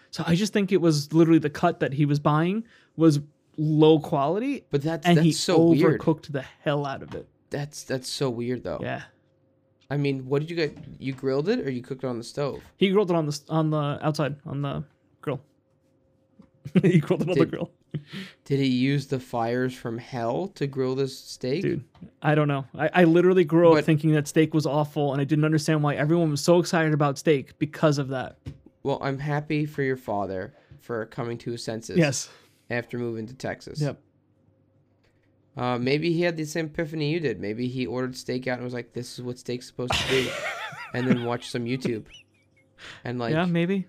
so I just think it was literally the cut that he was buying was low quality, But that's and he that's so weird. overcooked the hell out of it. That's that's so weird though. Yeah, I mean, what did you get? You grilled it or you cooked it on the stove? he grilled it on the on the outside on the grill. he grilled it on the Did- grill. Did he use the fires from hell to grill this steak? Dude, I don't know. I, I literally grew up But- thinking that steak was awful, and I didn't understand why everyone was so excited about steak because of that. Well, I'm happy for your father for coming to his senses Yes. after moving to Texas. Yep. Uh, maybe he had the same epiphany you did. Maybe he ordered steak out and was like, "This is what steak's supposed to be," and then watched some YouTube, and like yeah, maybe.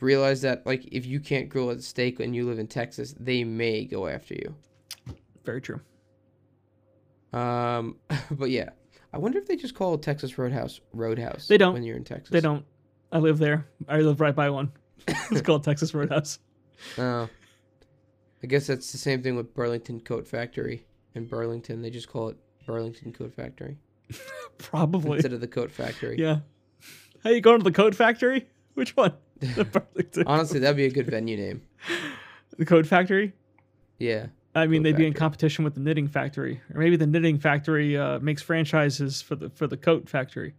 realized that like if you can't grill a steak and you live in Texas, they may go after you. Very true. Um, but yeah, I wonder if they just call Texas Roadhouse Roadhouse. They don't. when you're in Texas. They don't. I live there. I live right by one. it's called Texas Roadhouse. Oh. I guess that's the same thing with Burlington Coat Factory. In Burlington, they just call it Burlington Coat Factory Probably. instead of the Coat Factory. Yeah. Hey, you going to the Code Factory? Which one? The Burlington- Honestly, that'd be a good venue name. the Code Factory. Yeah. I mean, Coat they'd be in Factory. competition with the Knitting Factory, or maybe the Knitting Factory uh, makes franchises for the for the Coat Factory.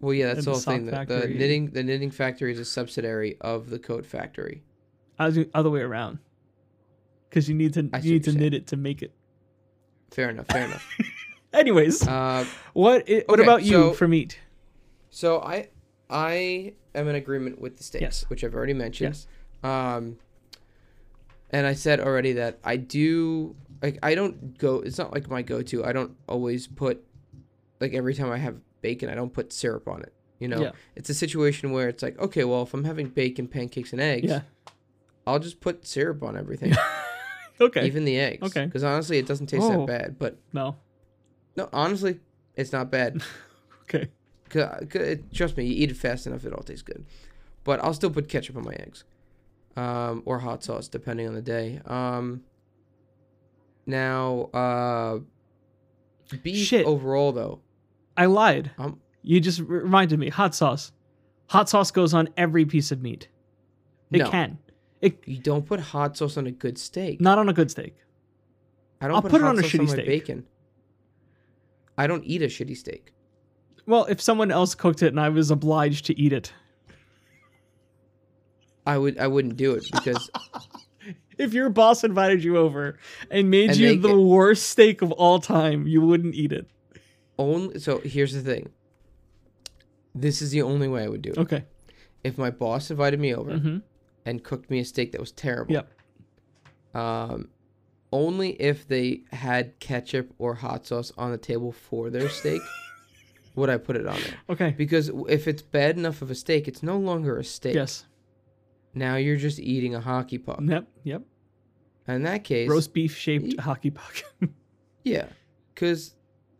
Well, yeah, And that's the whole the thing. The, sock the factory. knitting, the knitting factory is a subsidiary of the Coat Factory. I was doing other way around, because you need to I see you need what to you're saying. knit it to make it. Fair enough. Fair enough. Anyways, Uh, what i- what okay, about you so- for meat? so I, I am in agreement with the steaks, Yes. which I've already mentioned. Yes. Um, and I said already that I do like I don't go. It's not like my go-to. I don't always put like every time I have bacon, I don't put syrup on it. You know, Yeah. it's a situation where it's like, okay, well, if I'm having bacon, pancakes, and eggs, Yeah. I'll just put syrup on everything, Okay. even the eggs. Okay. Because honestly, it doesn't taste Oh. that bad. But no. no, honestly, it's not bad. Okay. Cause, 'cause it- trust me, you eat it fast enough, it all tastes good. But I'll still put ketchup on my eggs, um, or hot sauce, depending on the day. Um, now, uh, beef Shit. overall, though, I lied. Um, you just re- reminded me. Hot sauce. Hot sauce goes on every piece of meat. It No. can. It you don't put hot sauce on a good steak. not on a good steak. I don't I'll put it hot on a sauce shitty my steak. bacon. I don't eat a shitty steak. Well, if someone else cooked it and I was obliged to eat it. I would. I wouldn't do it because If your boss invited you over and made And you make the it. worst steak of all time, you wouldn't eat it. only. So here's the thing. This is the only way I would do it. Okay. If my boss invited me over Mhm. and cooked me a steak that was terrible. Yep. um, only if they had ketchup or hot sauce on the table for their steak would I put it on there. Okay. Because if it's bad enough of a steak, it's no longer a steak. Yes. Now you're just eating a hockey puck. Yep. Yep. In that case, Mm-hmm. Roast beef shaped Ye- hockey puck. yeah, because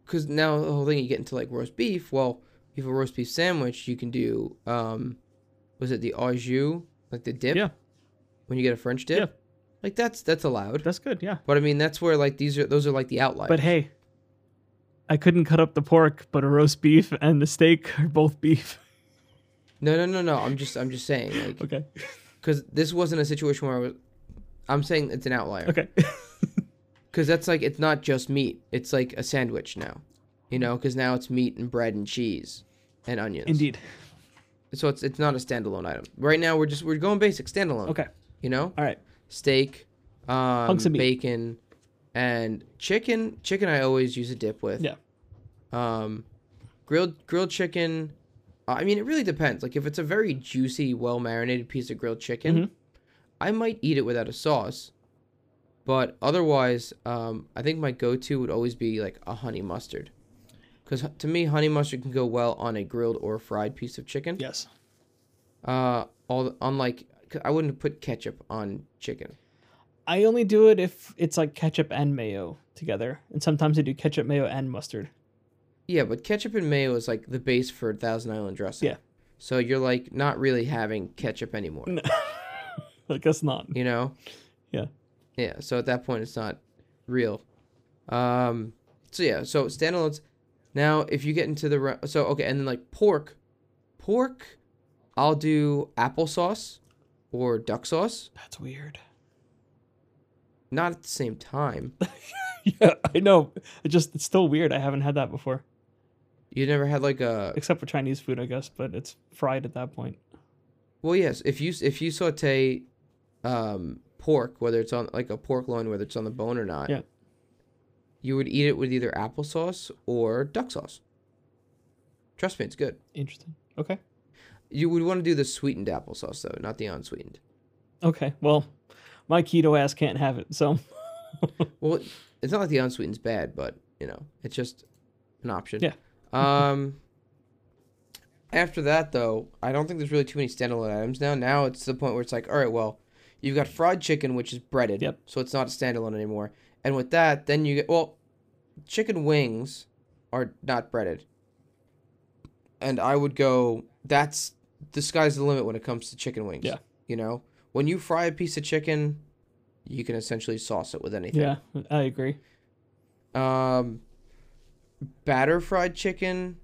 because now the whole thing you get into like roast beef. Well, if you have a roast beef sandwich, you can do um, was it the au jus, like the dip? Yeah. When you get a French dip, Yeah. like that's that's allowed. That's good. Yeah. but I mean, that's where like these are those are like the outliers. But hey, I couldn't cut up the pork, but a roast beef and the steak are both beef. No, no, no, no. I'm just, I'm just saying, like, Okay. because this wasn't a situation where I was. I'm saying it's an outlier Okay. because that's like it's not just meat. It's like a sandwich now, you know, because now it's meat and bread and cheese and onions. Indeed. So it's it's not a standalone item. Right now we're just we're going basic standalone. Okay. You know, All right. steak, um, of meat. bacon, and chicken. Chicken I always use a dip with. Yeah. Um, grilled grilled chicken. I mean, it really depends. Like if it's a very juicy, well marinated piece of grilled chicken, Mhm. I might eat it without a sauce. But otherwise, um, I think my go-to would always be like a honey mustard, because to me, honey mustard can go well on a grilled or fried piece of chicken. Yes. Uh, all unlike 'cause I wouldn't put ketchup on chicken. I only do it if it's like ketchup and mayo together, and sometimes I do ketchup, mayo, and mustard. Yeah, but ketchup and mayo is like the base for Thousand Island dressing. Yeah. So you're like not really having ketchup anymore. I guess not. you know Yeah. yeah so at that point it's not real um so yeah so standalones now if you get into the re- so okay and then like pork pork i'll do applesauce or duck sauce That's weird. not at the same time Yeah, I know. It just it's still weird. I haven't had that before, you never had like a except for Chinese food, I guess. But it's fried at that point. well yes if you if you saute um pork whether it's on like a pork loin whether it's on the bone or not Yeah. you would eat it with either applesauce or duck sauce trust me it's good Interesting. Okay. You would want to do the sweetened applesauce though, not the unsweetened. Okay. Well, my keto ass can't have it, so Well, it's not like the unsweetened's bad, but you know, it's just an option. Yeah. Um. After that, though, I don't think there's really too many standalone items now. Now it's the point where it's like, all right, well, you've got fried chicken, which is breaded, Yep. so it's not a standalone anymore. And with that, then you get well, chicken wings are not breaded, and I would go that's the sky's the limit when it comes to chicken wings. Yeah. You know, when you fry a piece of chicken, you can essentially sauce it with anything. yeah, I agree. Um, batter fried chicken.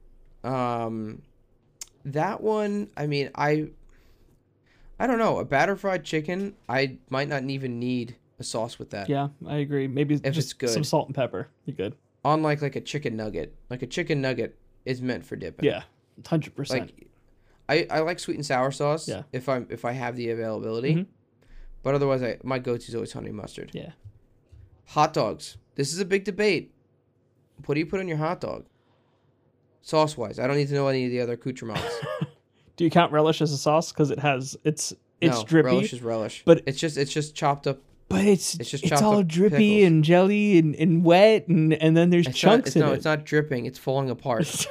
Um, that one. I mean, I. I don't know. A batter fried chicken. I might not even need a sauce with that. Yeah, I agree. Maybe just it's good. some salt and pepper. You're good. Unlike like a chicken nugget. Like a chicken nugget is meant for dipping. Yeah, hundred percent. Like, I I like sweet and sour sauce. Yeah. If I'm if I have the availability. Mhm. But otherwise, I my go-to is always honey mustard. Yeah. Hot dogs. This is a big debate. What do you put on your hot dog? Sauce wise, I don't need to know any of the other accoutrements. Do you count relish as a sauce? Because it has it's it's no, drippy, Relish is relish, but- but it's just it's just chopped up. but it's it's it's, just chopped all up drippy pickles. and jelly and, and wet and and then there's It's not, chunks it's, no, in it's not dripping. It's falling apart. it.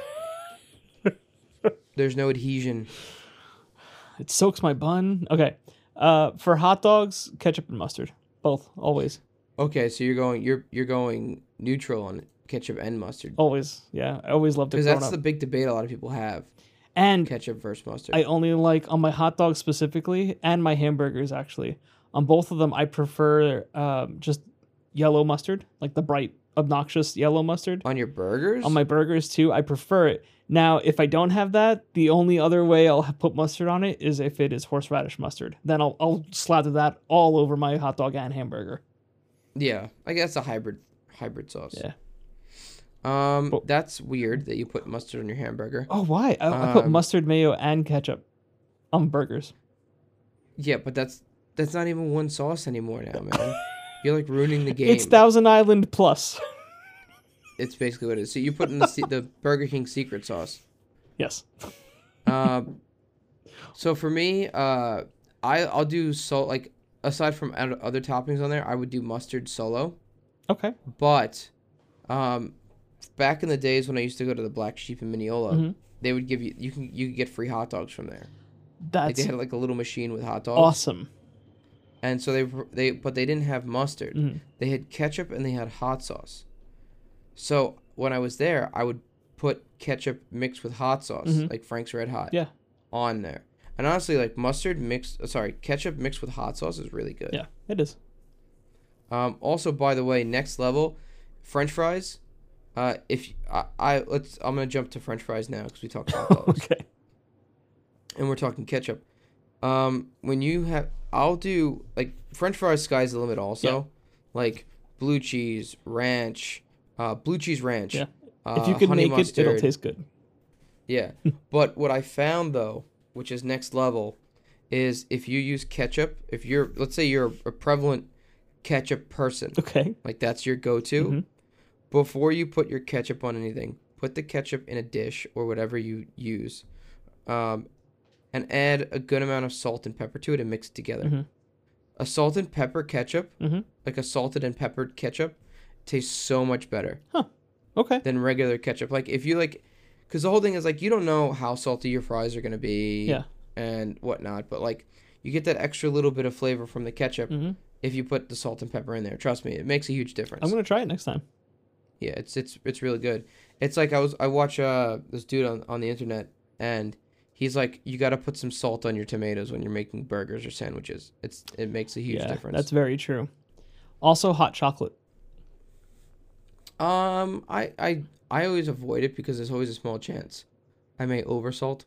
There's no adhesion. it soaks my bun. Okay, uh, for hot dogs, ketchup and mustard, both always, Okay, so you're going you're you're going neutral on ketchup and mustard always. Yeah, I always loved it because growing that's up. the big debate a lot of people have: and ketchup versus mustard. I only like on my hot dogs specifically and my hamburgers actually. On both of them, I prefer um, just yellow mustard, like the bright, obnoxious yellow mustard. on your burgers? On my burgers too, I prefer it. Now, if I don't have that, the only other way I'll ha- put mustard on it is if it is horseradish mustard. Then I'll, I'll slather that all over my hot dog and hamburger. yeah, I guess a hybrid hybrid sauce. Yeah. Um, But- that's weird that you put mustard on your hamburger. Oh, why? I, I put Um, mustard, mayo, and ketchup on burgers. Yeah, but that's that's not even one sauce anymore now, man. You're like ruining the game. It's Thousand Island plus. It's basically what it is. So you put in the se- the Burger King secret sauce. yes. Um, so for me, uh, I I'll do salt like aside from oth- other toppings on there, I would do mustard solo. Okay. But um, back in the days when I used to go to the Black Sheep in Mineola, Mhm. they would give you you can you could get free hot dogs from there. Like That's they had like a little machine with hot dogs, awesome. and so they pr- they but they didn't have mustard. Mhm. They had ketchup and they had hot sauce. So when I was there, I would put ketchup mixed with hot sauce, Mhm. like Frank's Red Hot, Yeah. on there. And honestly, like mustard mixed, uh, sorry, ketchup mixed with hot sauce is really good. Yeah, it is. Um, also, by the way, next level, French fries. Uh, if I, I let's, I'm gonna jump to French fries now because we talked hot dogs okay. and we're talking ketchup. Um, when you have, I'll do like French fries. Sky's the limit. Also, like blue cheese ranch, uh, blue cheese ranch. Yeah. Uh, if you could honey make it, it'll mustard. taste good. Yeah. but what I found though, which is next level, is if you use ketchup, if you're let's say you're a prevalent ketchup person, Okay. like that's your go-to, Mhm. before you put your ketchup on anything, put the ketchup in a dish or whatever you use. Um and add a good amount of salt and pepper to it and mix it together. Mhm. A salt and pepper ketchup, Mhm. like a salted and peppered ketchup, tastes so much better Okay. than regular ketchup. Like if you like, because the whole thing is like you don't know how salty your fries are gonna be, Yeah. and whatnot. But like you get that extra little bit of flavor from the ketchup Mhm. if you put the salt and pepper in there. Trust me, it makes a huge difference. I'm gonna try it next time. Yeah, it's it's it's really good. It's like I was I watch uh this dude on on the internet and. He's like, you got to put some salt on your tomatoes when you're making burgers or sandwiches. It's it makes a huge yeah, difference. that's very true. Also, hot chocolate. Um, I I I always avoid it because there's always a small chance I may oversalt.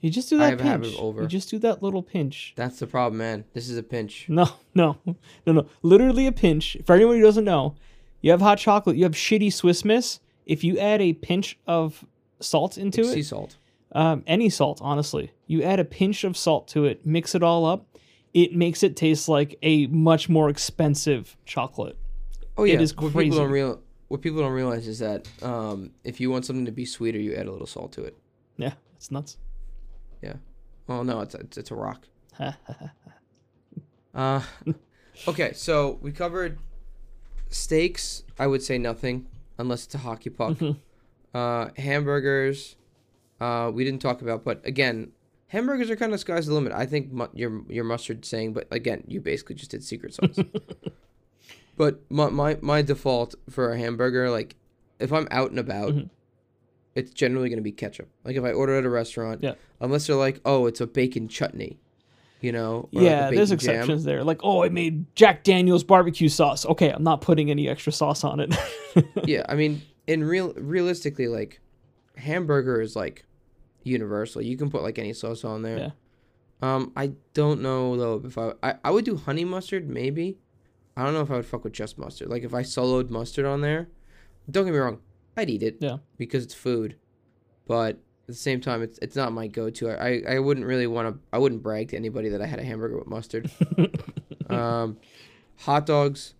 You just do I that have a pinch. habit of over. You just do that little pinch. That's the problem, man. This is a pinch. No, no, no, no. Literally a pinch. For anyone who doesn't know, you have hot chocolate. You have shitty Swiss Miss. If you add a pinch of salt into sea it, salt. um, any salt, honestly, you add a pinch of salt to it, mix it all up, it makes it taste like a much more expensive chocolate. Oh yeah, is What people crazy. don't real what people don't realize is that um, if you want something to be sweeter, you add a little salt to it. Yeah, it's nuts. Well, no, it's it's, it's a rock. Uh, okay, so we covered steaks, I would say nothing, unless it's a hockey puck. Mhm. uh, hamburgers, uh, we didn't talk about, but again, hamburgers are kind of sky's the limit. I think mu- your your mustard saying, but again, you basically just did secret sauce. but my, my my default for a hamburger, like if I'm out and about, Mhm. it's generally gonna be ketchup. Like if I order at a restaurant, Yeah. unless they're like, oh, it's a bacon chutney, you know, or like a yeah, bacon there's jam. exceptions there. Like, oh, I made Jack Daniel's barbecue sauce. Okay, I'm not putting any extra sauce on it. yeah, I mean, in real realistically, like hamburger is like universal. You can put like any sauce on there. Yeah. Um, I don't know though if I, I I would do honey mustard maybe. I don't know if I would fuck with just mustard. Like if I soloed mustard on there, don't get me wrong, I'd eat it. Yeah. Because it's food, but at the same time, it's it's not my go-to. I I, I wouldn't really want to. I wouldn't brag to anybody that I had a hamburger with mustard. um, hot dogs.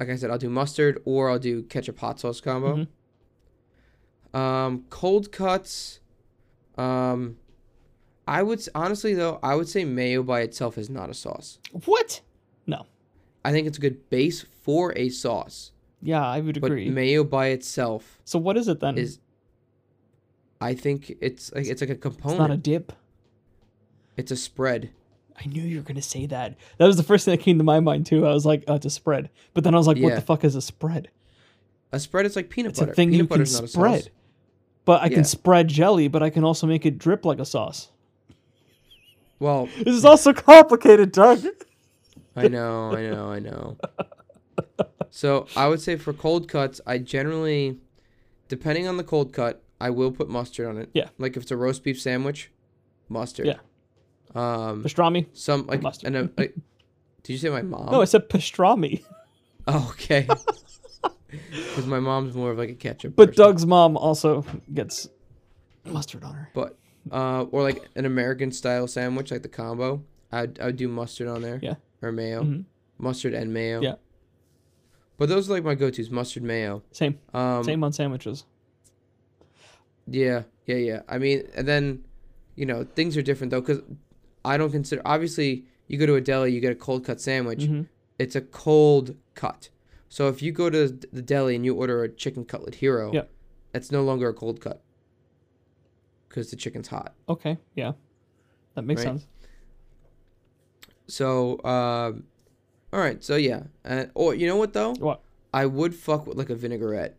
Like I said, I'll do mustard or I'll do ketchup hot sauce combo. Mm-hmm. Um, cold cuts. Um, I would s- honestly though I would say mayo by itself is not a sauce. what? No. I think it's a good base for a sauce, Yeah, I would but agree. Mm. mayo by itself so what is it then? is. I think it's like it's like a it's not a component. dip. It's a spread. I knew you were gonna say that. That was the first thing that came to my mind too. I was like, oh, it's a spread. But then I was like, what Yeah. the fuck is a spread? A spread is like peanut It's butter. a thing peanut you can butter's not a sauce. spread. But I Yeah. can spread jelly, but I can also make it drip like a sauce. Well, This is also complicated, Doug. I know, I know, I know. So I would say for cold cuts, I generally, depending on the cold cut, I will put mustard on it. Yeah. Like if it's a roast beef sandwich, mustard. Yeah. Um, Pastrami? some like Mustard. and a, like, did you say my mom? No, I said pastrami. oh, okay. Because my mom's more of like a ketchup. But person. Doug's mom also gets mustard on her. But uh, or like an American style sandwich, like the combo. I'd I'd do mustard on there. Yeah. Or mayo, Mhm. mustard and mayo. Yeah. But those are like my go-to's: mustard, mayo. Same, Um, same on sandwiches. Yeah, yeah, yeah. I mean, and then, you know, things are different though, because I don't consider. Obviously, you go to a deli, you get a cold cut sandwich. Mhm. It's a cold cut. So if you go to the deli and you order a chicken cutlet hero, Yeah. that's no longer a cold cut because the chicken's hot. Okay, yeah, that makes Right. sense. So, um, all right. So yeah, and or you know what though, What? I would fuck with like a vinaigrette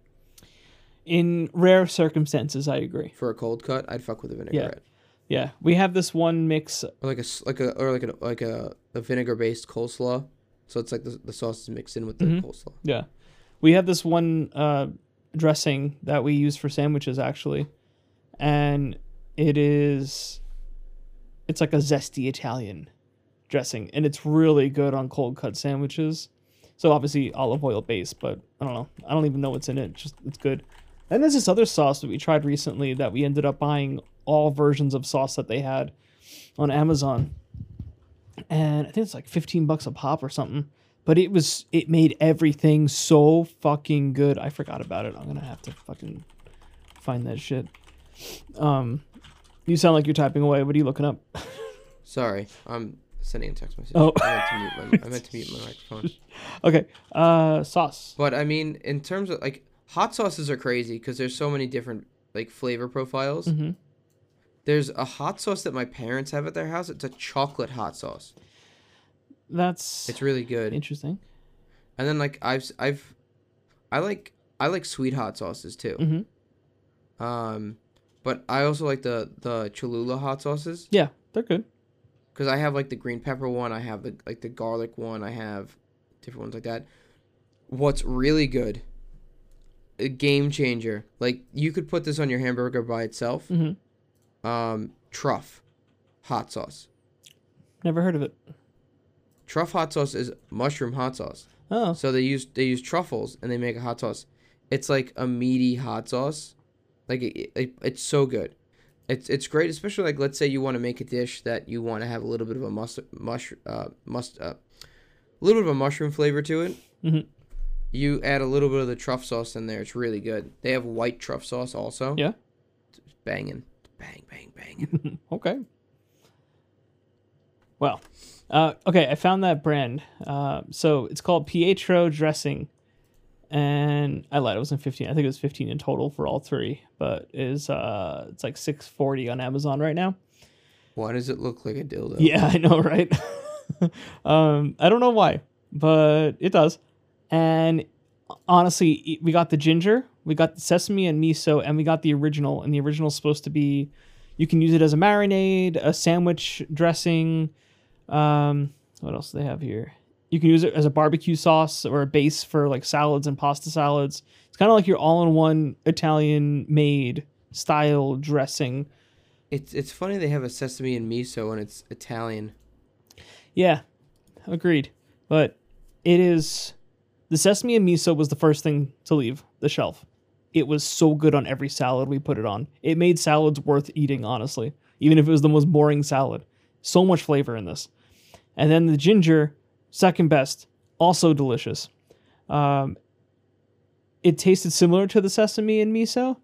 In rare circumstances, I agree. for a cold cut. I'd fuck with a vinaigrette Yeah, we have this one mix. or like a s- like a or like a like a, a vinegar based coleslaw. So it's like the, the sauce is mixed in with the Mhm. coleslaw. Yeah, we have this one uh, dressing that we use for sandwiches actually, and it is, it's like a zesty Italian dressing, and it's really good on cold cut sandwiches. So obviously olive oil based, but I don't know. I don't even know what's in it. It's Just it's good. And there's this other sauce that we tried recently that we ended up buying all versions of sauce that they had on Amazon. And I think it's like 15 bucks a pop or something. But it was it made everything so fucking good. I forgot about it. I'm gonna have to fucking find that shit. Um you sound like you're typing away. What are you looking up? Sorry, I'm sending a text message. Oh. I meant to mute my, I meant to mute my microphone. Okay. Uh sauce. But I mean, in terms of like hot sauces are crazy because there's so many different like flavor profiles. Mhm. There's a hot sauce that my parents have at their house. It's a chocolate hot sauce. That's It's really good. interesting. And then like I've s- I've I like I like sweet hot sauces too. hmm Um, but I also like the the Cholula hot sauces. Yeah, they're good. because I have like the green pepper one, I have the like the garlic one, I have different ones like that. What's really good, a game changer. Like you could put this on your hamburger by itself. Mhm. Um, truff, hot sauce. Never heard of it. Truff hot sauce is mushroom hot sauce. Oh, So they use they use truffles and they make a hot sauce. It's like a meaty hot sauce. Like it, it, it's so good. It's it's great, especially like let's say you want to make a dish that you want to have a little bit of a must mush uh must uh, a little bit of a mushroom flavor to it. Mhm. You add a little bit of the truff sauce in there. It's really good. They have white truff sauce also. Yeah. It's banging, bang, bang, banging. okay. Well, uh, okay, I found that brand. Uh, so it's called Pietro Dressing, and I lied. It wasn't 15. I think it was 15 in total for all three. But is uh, it's like 640 on Amazon right now. Why does it look like a dildo? Yeah, I know, right? um, I don't know why, but it does. And honestly, e- we got the ginger, we got the sesame and miso, and we got the original. And the original is supposed to be, you can use it as a marinade, a sandwich dressing. Um, what else do they have here? You can use it as a barbecue sauce or a base for like salads and pasta salads. It's kind of like your all-in-one Italian-made style dressing. It's it's funny they have a sesame and miso and it's Italian. Yeah, agreed. But it is the sesame and miso was the first thing to leave the shelf. It was so good on every salad we put it on. It made salads worth eating, honestly, even if it was the most boring salad. So much flavor in this. And then the ginger, second best, also delicious. Um, it tasted similar to the sesame and miso,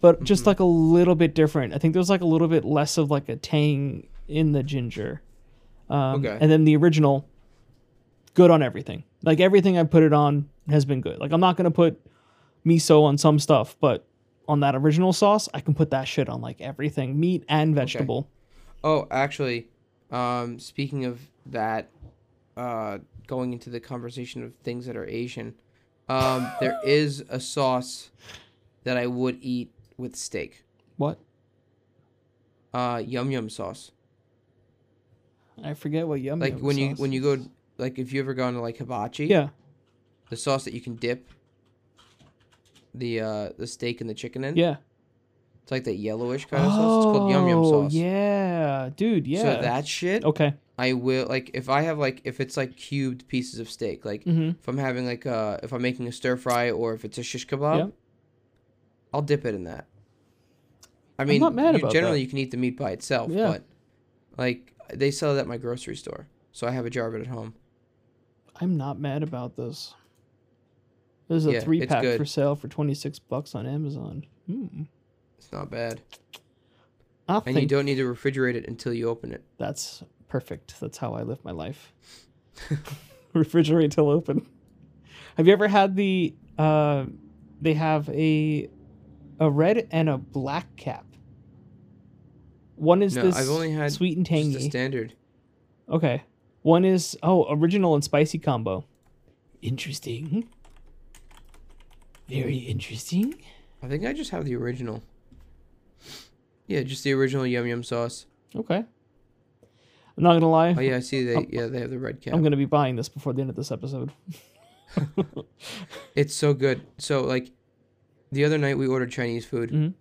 but just Mhm. like a little bit different. I think there was like a little bit less of like a tang in the ginger. Um, Okay. And then the original, good on everything. Like everything I put it on has been good. Like I'm not gonna put miso on some stuff, but on that original sauce, I can put that shit on like everything, meat and vegetable. Oh, actually, um, speaking of that, uh, going into the conversation of things that are Asian, um, there is a sauce that I would eat with steak. What? Uh, yum yum sauce. I forget what yum. Like yum when you sauce when you is. go like if you ever gone to like hibachi, yeah, the sauce that you can dip the uh the steak and the chicken in. yeah. It's like that yellowish kind of sauce. It's called yum yum Oh, sauce. Yeah, dude. Yeah. So that shit, Okay. I will like if I have like if it's like cubed pieces of steak, like hmm if I'm having like uh if I'm making a stir fry or if it's a shish kebab, Yep. I'll dip it in that. I mean, not mad you- about that. generally you can eat the meat by itself, Yeah. but like they sell it at my grocery store, so I have a jar of it at home. I'm not mad about this. There's a Yeah, it's three pack good. for sale for twenty six bucks on Amazon. Hmm. It's not bad, I and think you don't need to refrigerate it until you open it. that's perfect. That's how I live my life. Refrigerate till open. Have you ever had the? Uh, they have a a red and a black cap. One is No, this I've only had sweet and Just tangy. the standard. Okay. One is oh, original and spicy combo. Interesting. Very interesting. I think I just have the original. Yeah, just the original yum yum sauce. Okay. I'm not gonna lie. Oh yeah, I see they I'm- yeah they have the red cap. I'm gonna be buying this before the end of this episode. It's so good. So like the other night we ordered Chinese food Mhm.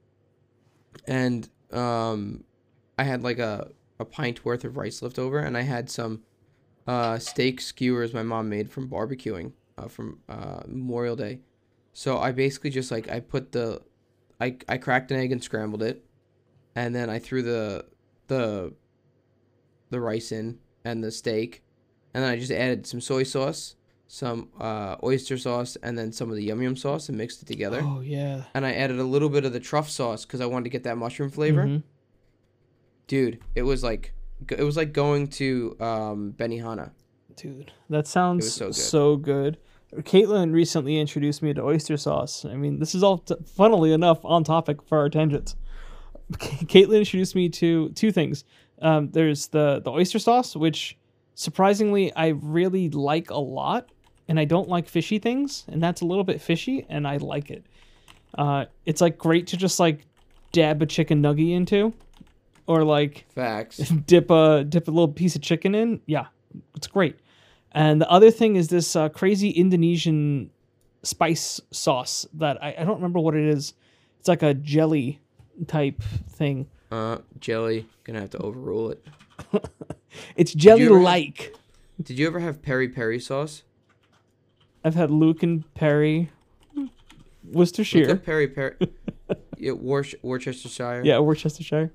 and um I had like a, a pint worth of rice left over and I had some uh steak skewers my mom made from barbecuing uh, from uh Memorial Day. So I basically just like I put the I I cracked an egg and scrambled it and then I threw the the the rice in and the steak and then I just added some soy sauce some uh, oyster sauce and then some of the yum yum sauce and mixed it together. Oh yeah. And I added a little bit of the truff sauce because I wanted to get that mushroom flavor. Mhm. Dude, it was like g- it was like going to um, Benihana. Dude, that sounds so so good. good. Caitlin recently introduced me to oyster sauce. I mean, this is all, t- funnily enough, on topic for our tangents. Caitlin introduced me to two things. Um, there's the the oyster sauce, which surprisingly I really like a lot, and I don't like fishy things, and that's a little bit fishy, and I like it. Uh, it's like great to just like dab a chicken nugget into, or like Facts. dip a dip a little piece of chicken in. Yeah, it's great. And the other thing is this uh, crazy Indonesian spice sauce that I, I don't remember what it is. It's like a jelly type thing. Uh, jelly. Gonna have to overrule it. It's jelly ever have- like. Did you ever have peri peri sauce? I've had Luke and Perry, Worcestershire. Look up peri peri. yeah, Worc- Worcestershire. Yeah, Worcestershire.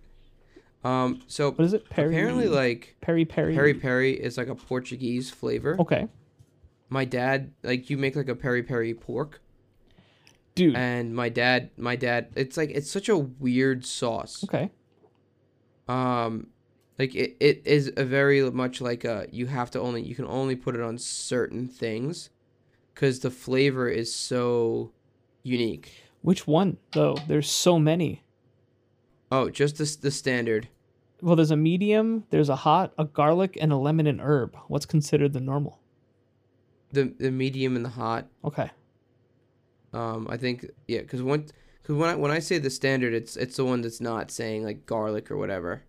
Um. So What is mm-hmm. it? Perry. apparently, like Perry Perry. peri peri is like a Portuguese flavor. Okay, My dad like you make like a peri peri pork. dude. and my dad my dad it's like it's such a weird sauce okay. um like it, it is a very much like a you have to only you can only put it on certain things because the flavor is so unique. Which one though? There's so many. Oh, just the the standard. Well, there's a medium, there's a hot, a garlic, and a lemon and herb. What's considered the normal? The the medium and the hot. Okay. Um, I think yeah, because once because when I when I say the standard, it's it's the one that's not saying like garlic or whatever,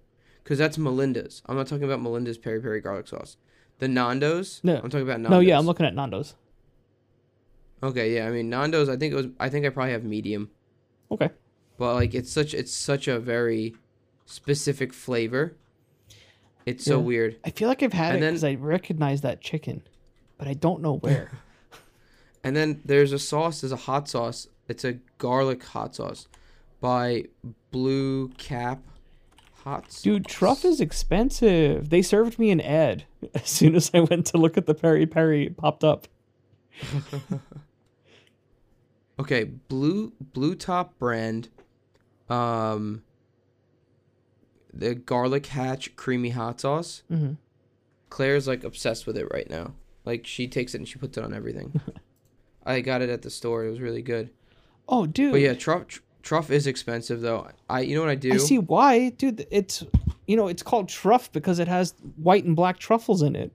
because that's Melinda's. I'm not talking about Melinda's peri peri garlic sauce. The Nando's. No. I'm talking about Nando's. No, yeah, I'm looking at Nando's. Okay, yeah, I mean Nando's. I think it was. I think I probably have medium, Okay. but like it's such it's such a very specific flavor. It's so Yeah. weird. I feel like I've had And it then- because I recognize that chicken, but I don't know where. And then there's a sauce. There's a hot sauce. It's a garlic hot sauce, by Blue Cap, hot. Sauce. Dude, truff is expensive. They served me an ad as soon as I went to look at the peri peri it popped up. Okay, blue blue top brand, um, the garlic hatch creamy hot sauce. Mhm. Claire's like obsessed with it right now. Like she takes it and she puts it on everything. I got it at the store. It was really good. Oh, dude. But yeah, truff tr- truff is expensive though. I you know what I do? I see why, dude. It's you know it's called truff because it has white and black truffles in it.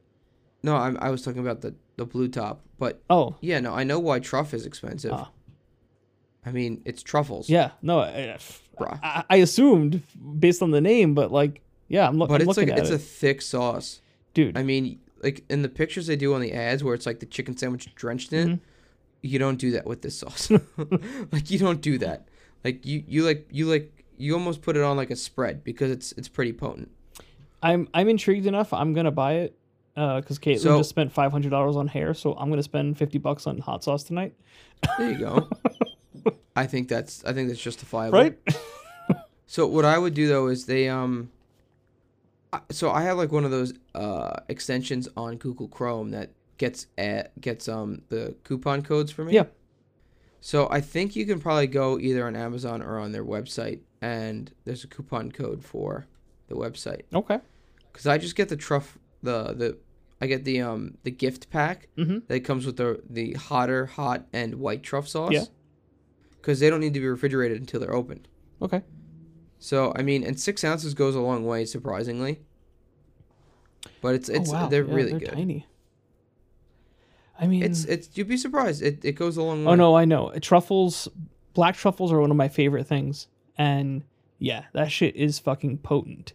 No, I I was talking about the the blue top, but Oh, yeah, no, I know why truff is expensive. Ah. I mean, it's truffles. yeah. No, I, Bruh. I, I assumed based on the name, but like, yeah, I'm, look, but I'm it's looking like at it's it, a thick sauce. dude. I mean, like in the pictures they do on the ads where it's like the chicken sandwich drenched Mm-hmm. in, it, you don't do that with this sauce. like you don't do that. Like you you like you like you almost put it on like a spread because it's it's pretty potent. I'm I'm intrigued enough. I'm gonna buy it because Caitlin So- just spent five hundred dollars on hair, so I'm gonna spend fifty bucks on hot sauce tonight, There you go. I think that's I think that's justifiable. right? So what I would do though is they um I- so I have like one of those uh extensions on Google Chrome that gets at, gets um the coupon codes for me. Yeah. So I think you can probably go either on Amazon or on their website and there's a coupon code for the website okay. cuz I just get the truff the the I get the um the gift pack Mhm. that comes with the the hotter hot and white truff sauce. Yeah. Cuz they don't need to be refrigerated until they're opened. Okay. So I mean, and six ounces goes a long way, surprisingly. But it's it's oh, wow. they're Yeah, really they're good. Tiny. I mean, It's it's you'd be surprised. It it goes a long way. oh no, I know truffles. Black truffles are one of my favorite things, and yeah, that shit is fucking potent.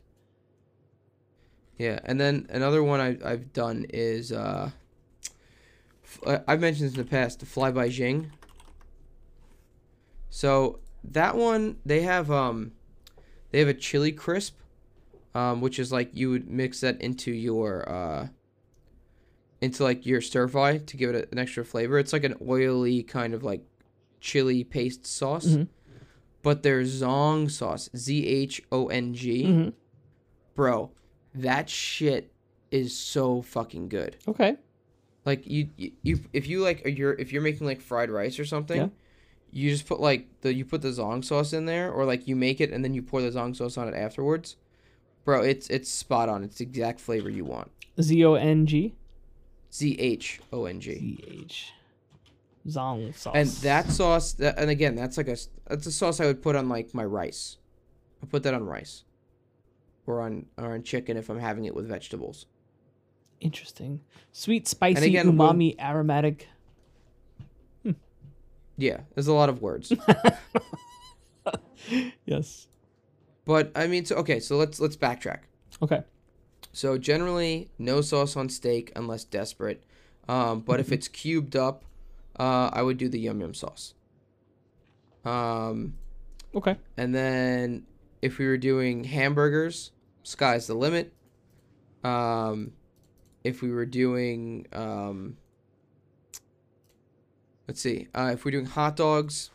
Yeah, and then another one I I've done is uh, f- I- I've mentioned this in the past, the Fly by Jing. So that one they have um, they have a chili crisp, um, which is like you would mix that into your uh, into like your stir fry to give it a- an extra flavor. It's like an oily kind of like chili paste sauce, Mhm. but their zong sauce, Z H O N G Mhm. bro, that shit is so fucking good. Okay. Like you, you, you if you like, are you're if you're making like fried rice or something, Yeah. you just put like the you put the zong sauce in there, or like you make it and then you pour the zong sauce on it afterwards. Bro, it's it's spot on. It's the exact flavor you want. Z o n g Z H O N G. z h zong sauce. And that sauce, that, and again, that's like a s- that's a sauce I would put on like my rice. I put that on rice, or on or on chicken if I'm having it with vegetables. interesting, sweet, spicy, again, we'll- umami, aromatic. Yeah, there's a lot of words. Yes. But I mean, so okay, so let's let's backtrack. Okay. So generally, no sauce on steak unless desperate. Um, but if it's cubed up, uh, I would do the yum yum sauce. Um, Okay. and then if we were doing hamburgers, sky's the limit. Um, if we were doing, um, let's see, uh, if we're doing hot dogs,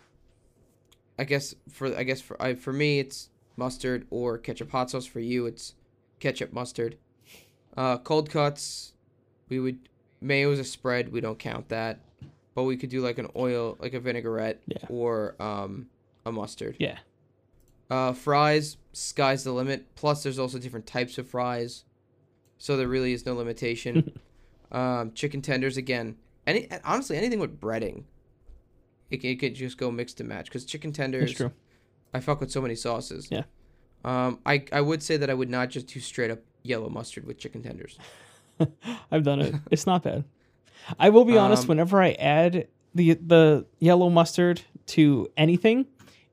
I guess for I guess for I, for me it's mustard or ketchup hot sauce. For you, it's ketchup mustard. Uh, cold cuts, we would mayo is a spread. We don't count that, but we could do like an oil, like a vinaigrette, Yeah. or um, a mustard. Yeah. Uh, fries, sky's the limit. Plus, there's also different types of fries, so there really is no limitation. um, chicken tenders again, Any and honestly, anything with breading, it, it could just go mixed and match. Because chicken tenders, It's true. I fuck with so many sauces. Yeah. Um, I I would say that I would not just do straight up yellow mustard with chicken tenders. I've done it. It's not bad. I will be honest. Um, Whenever I add the the yellow mustard to anything,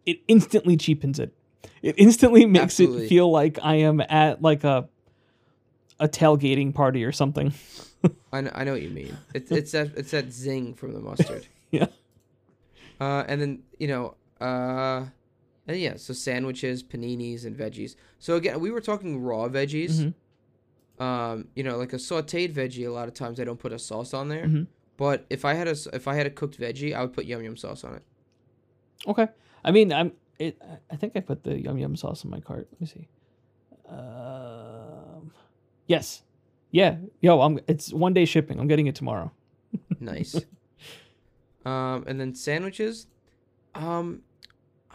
it instantly cheapens it. It instantly makes Absolutely. it feel like I am at like a a tailgating party or something. I know, I know what you mean. It's it's that it's that zing from the mustard. Yeah. Uh, and then you know, uh, and yeah, so sandwiches, paninis, and veggies. So again, we were talking raw veggies. Mhm. Um, you know, like a sautéed veggie. A lot of times I don't put a sauce on there. Mhm. But if I had a s- if I had a cooked veggie, I would put yum yum sauce on it. Okay. I mean, I'm. It, I think I put the yum yum sauce in my cart. Let me see. Um, yes. Yeah. Yo, I'm. It's one day shipping. I'm getting it tomorrow. Nice. um, and then sandwiches. Um,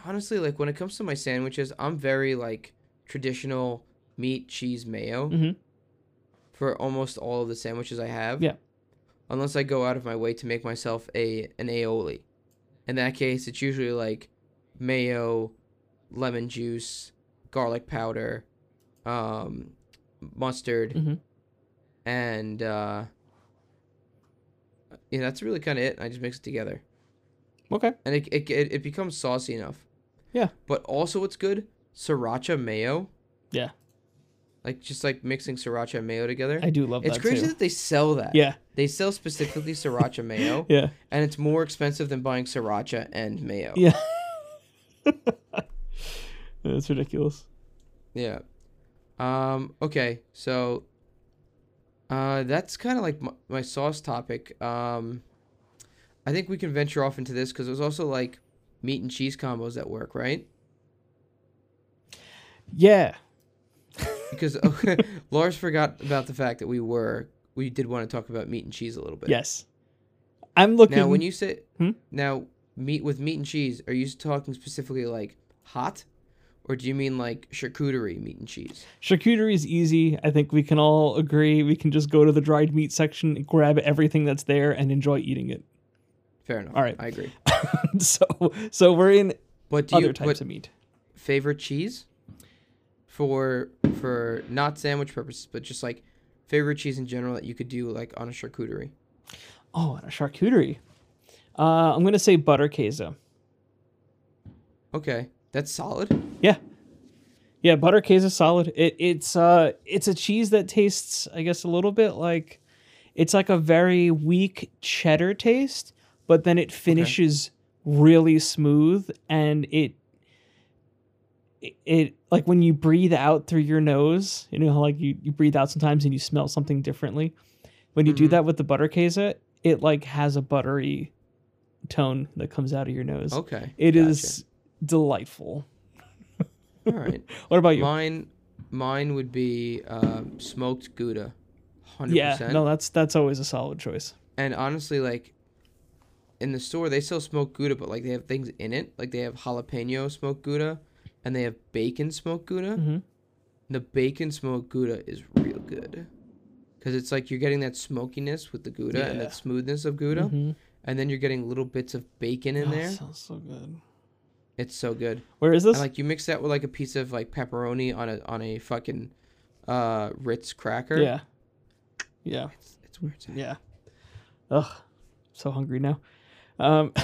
honestly, like when it comes to my sandwiches, I'm very like traditional meat, cheese, mayo Mhm. for almost all of the sandwiches I have. Yeah. Unless I go out of my way to make myself a an aioli. In that case, it's usually like mayo, lemon juice, garlic powder, um, mustard, Mhm. and uh, yeah, that's really kind of it. I just mix it together, Okay. and it it it, it becomes saucy enough. Yeah. But also, what's good? Sriracha mayo. Yeah. Like just like mixing sriracha and mayo together. I do love it's that crazy too. that they sell that. Yeah. They sell specifically sriracha mayo, Yeah. and it's more expensive than buying sriracha and mayo. Yeah. That's ridiculous. Yeah. Um, okay, so uh, that's kind of like my, my sauce topic. Um, I think we can venture off into this because it was also like meat and cheese combos at work, right? Yeah. Because Lars forgot about the fact that we were we did want to talk about meat and cheese a little bit. Yes. I'm looking. Now, when you say Hmm? now meat with meat and cheese, are you talking specifically like hot, or do you mean like charcuterie meat and cheese? charcuterie is easy, I think we can all agree. We can just go to the dried meat section, grab everything that's there, and enjoy eating it. Fair enough. All right. I agree. so, so we're in But do other you types but of meat. favorite cheese for for not sandwich purposes, but just like favorite cheese in general that you could do like on a charcuterie. Oh, and a charcuterie. Uh, I'm gonna say butter queso. Okay, that's solid. Yeah. Yeah, butter queso solid. It it's uh it's a cheese that tastes, I guess, a little bit like it's like a very weak cheddar taste, but then it finishes really smooth and it it- it like when you breathe out through your nose, you know how like you, you breathe out sometimes and you smell something differently. When you do Mhm. that with the butter queso, it like has a buttery tone that comes out of your nose. Okay, It is gotcha. delightful. all right. What about you? Mine, mine would be um, smoked gouda, hundred Yeah, percent. no, that's that's always a solid choice. And honestly, like in the store, they sell smoked gouda, but like they have things in it. Like they have jalapeno smoked gouda, and they have bacon smoked gouda. Mhm. The bacon smoked gouda is real good, because it's like you're getting that smokiness with the gouda and Yeah. that smoothness of gouda, Mhm. and then you're getting little bits of bacon in Oh, there. sounds so good. It's so good. Where is this? And like you mix that with like a piece of like pepperoni on a on a fucking uh Ritz cracker. yeah, yeah, it's, it's where it's at. yeah. Ugh, so hungry now. Um,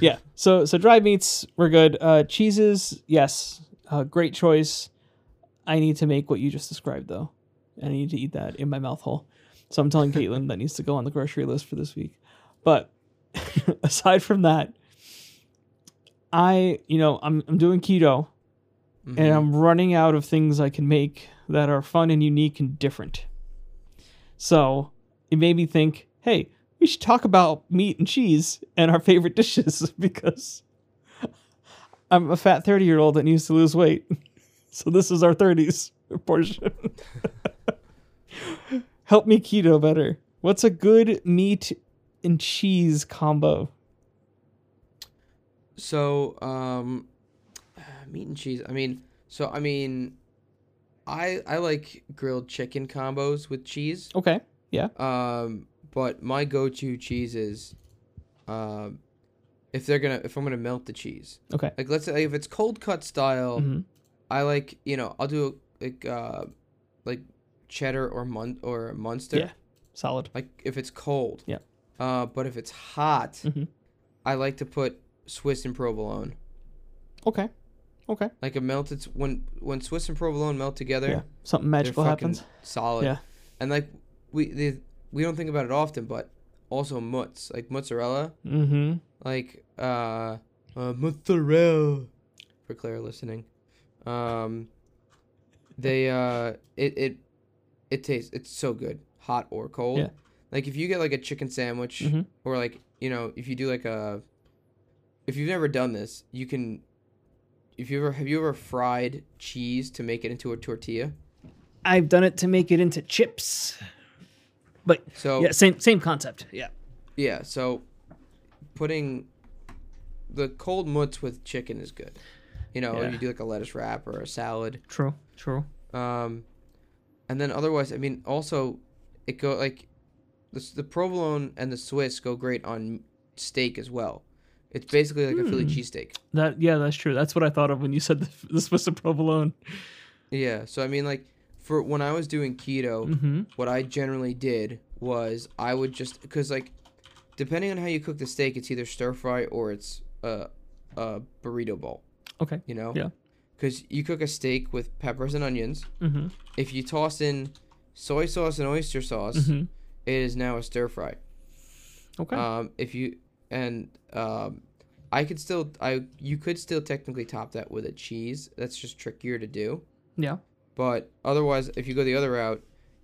yeah. So so dry meats were good. Uh, cheeses, yes, uh, great choice. I need to make what you just described though. I need to eat that in my mouth hole. So I'm telling Caitlin that needs to go on the grocery list for this week. But aside from that, I you know I'm I'm doing keto. and Mhm. I'm running out of things I can make that are fun and unique and different. So it made me think, hey, we should talk about meat and cheese and our favorite dishes because I'm a fat 30 year old that needs to lose weight. So this is our 30s portion. Help me keto better. What's a good meat and cheese combo? So, um, meat and cheese. I mean, so I mean, I I like grilled chicken combos with cheese. Okay. Um, but my go-to cheese is, um, if they're gonna if I'm gonna melt the cheese, Okay. like let's say if it's cold cut style, Mhm. I like you know I'll do like uh, like cheddar or mun or Munster. Yeah. Solid. Like if it's cold. Yeah. Uh, but if it's hot, Mhm. I like to put Swiss and provolone. Okay. Okay. Like it melted when when Swiss and provolone melt together. yeah. Something they're magical fucking happens. Solid. Yeah. And like we they, we don't think about it often, but also mutts like mozzarella, Mm-hmm. like uh, uh mozzarella for Claire listening. Um, they uh it it it tastes it's so good, hot or cold. Yeah. Like if you get like a chicken sandwich Mhm. or like you know if you do like a if you've never done this, you can. If you ever have you ever fried cheese to make it into a tortilla? I've done it to make it into chips. But So yeah, same same concept. Yeah. Yeah, so putting the cold mutts with chicken is good. You know, Yeah. you do like a lettuce wrap or a salad. True. True. Um, and then otherwise, I mean, also it go like the the provolone and the Swiss go great on steak as well. It's basically like a Philly cheesesteak. That yeah, that's true. That's what I thought of when you said the, the Swiss and provolone. Yeah, so I mean, like for when I was doing keto, Mm-hmm. what I generally did was I would just because like depending on how you cook the steak, it's either stir fry or it's a a burrito bowl. Okay. You know. Yeah. Because you cook a steak with peppers and onions. Mm-hmm. If you toss in soy sauce and oyster sauce, Mhm. it is now a stir fry. Okay. Um, if you and um, I could still I you could still technically top that with a cheese. That's just trickier to do. yeah. But otherwise, if you go the other route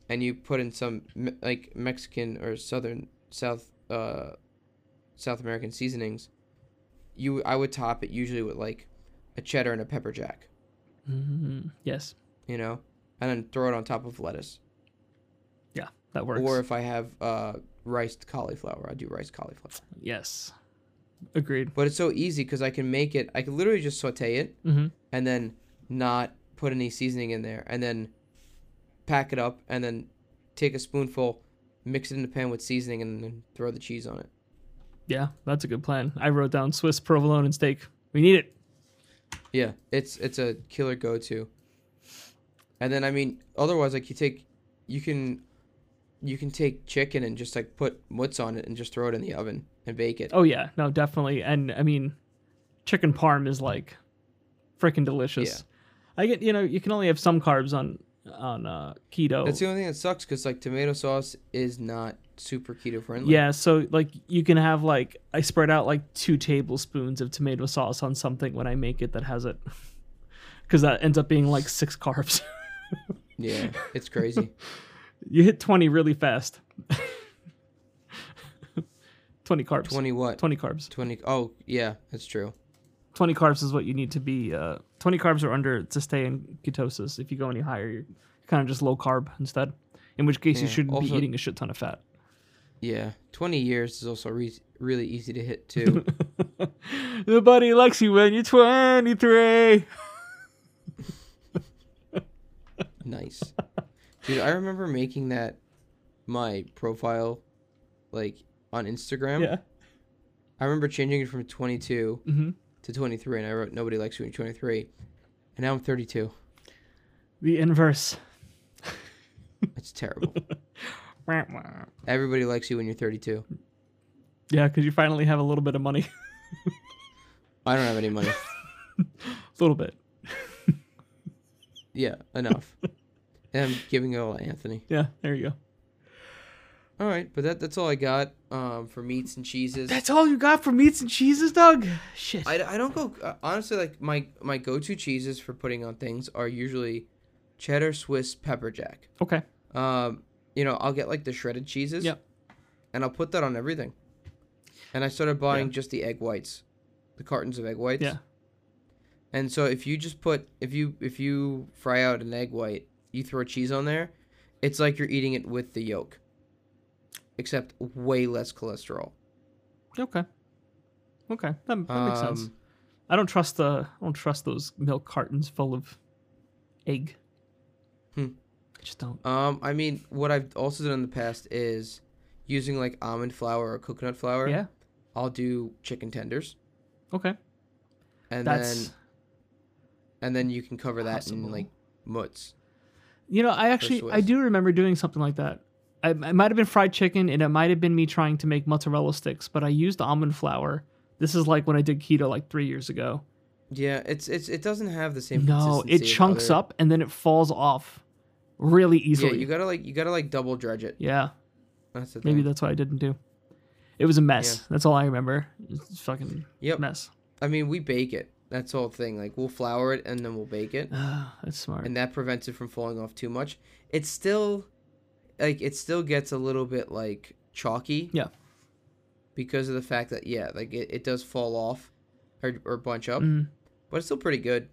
and you put in some me- like Mexican or Southern South uh, South American seasonings, you I would top it usually with like a cheddar and a pepper jack, Mm-hmm. Yes. you know, and then throw it on top of lettuce. Yeah. That works. Or if I have uh, riced cauliflower, I do rice cauliflower. yes. Agreed. But it's so easy because I can make it. I can literally just saute it Mm-hmm. and then not put any seasoning in there and then pack it up and then take a spoonful mix it in the pan with seasoning and then throw the cheese on it Yeah, that's a good plan. I wrote down Swiss provolone and steak. We need it. yeah it's it's a killer go-to and then i mean otherwise like you take you can you can take chicken and just like put mutz on it and just throw it in the oven and bake it Oh yeah, no, definitely. And I mean, chicken parm is like freaking delicious. I get you know you can only have some carbs on on uh, keto. that's the only thing that sucks because like tomato sauce is not super keto friendly yeah, so like you can have like I spread out like two tablespoons of tomato sauce on something when I make it that has it, because that ends up being like six carbs. yeah it's crazy you hit twenty really fast. twenty carbs. 20 what 20 carbs. 20 oh yeah that's true 20 carbs is what you need to be uh, 20 carbs or under to stay in ketosis if you go any higher you're kind of just low carb instead in which case you Yeah, should be also- eating a shit ton of fat Yeah, twenty years is also re- really easy to hit too. nobody likes you when you're 23 nice, dude. I remember making that my profile, like on Instagram. yeah I remember changing it from twenty two hmm to twenty three, and I wrote nobody likes you when twenty three, and now I'm thirty two. the inverse It's terrible. yeah Everybody likes you when you're thirty two. because you finally have a little bit of money I don't have any money. a little bit Yeah, enough. And I'm giving it all to Anthony. yeah there you go All right, but that that's all I got um, for meats and cheeses. that's all you got for meats and cheeses doug shit I, I don't go uh, honestly like my my go-to cheeses for putting on things are usually cheddar swiss pepper jack okay um you know i'll get like the shredded cheeses Yep. and i'll put that on everything and i started buying just the egg whites the cartons of egg whites Yeah. and so if you just put if you if you fry out an egg white you throw cheese on there it's like you're eating it with the yolk except way less cholesterol okay okay that, that makes sense Um, I don't trust the I don't trust those milk cartons full of egg. Hmm. I just don't. Um, I mean, what I've also done in the past is using like almond flour or coconut flour, Yeah. I'll do chicken tenders, Okay. and That's then and then you can cover that possible. in like mutz. You know, I actually I Swiss. do remember doing something like that. I, it might have been fried chicken, and it might have been me trying to make mozzarella sticks, but I used almond flour. This is like when I did keto like three years ago. Yeah, it's it's it doesn't have the same. No, consistency it as chunks other- up and then it falls off really Yeah, easily. Yeah, you gotta like you gotta like double dredge it. That's the maybe thing. that's what I didn't do. It was a mess. That's all I remember. It's fucking Yep. mess. I mean, we bake it. That's the whole thing. Like we'll flour it and then we'll bake it, Uh, that's smart. and that prevents it from falling off too much. It's still like it still gets a little bit like chalky. Yeah. Because of the fact that yeah, like it, it does fall off or or bunch up, Mm, but it's still pretty good.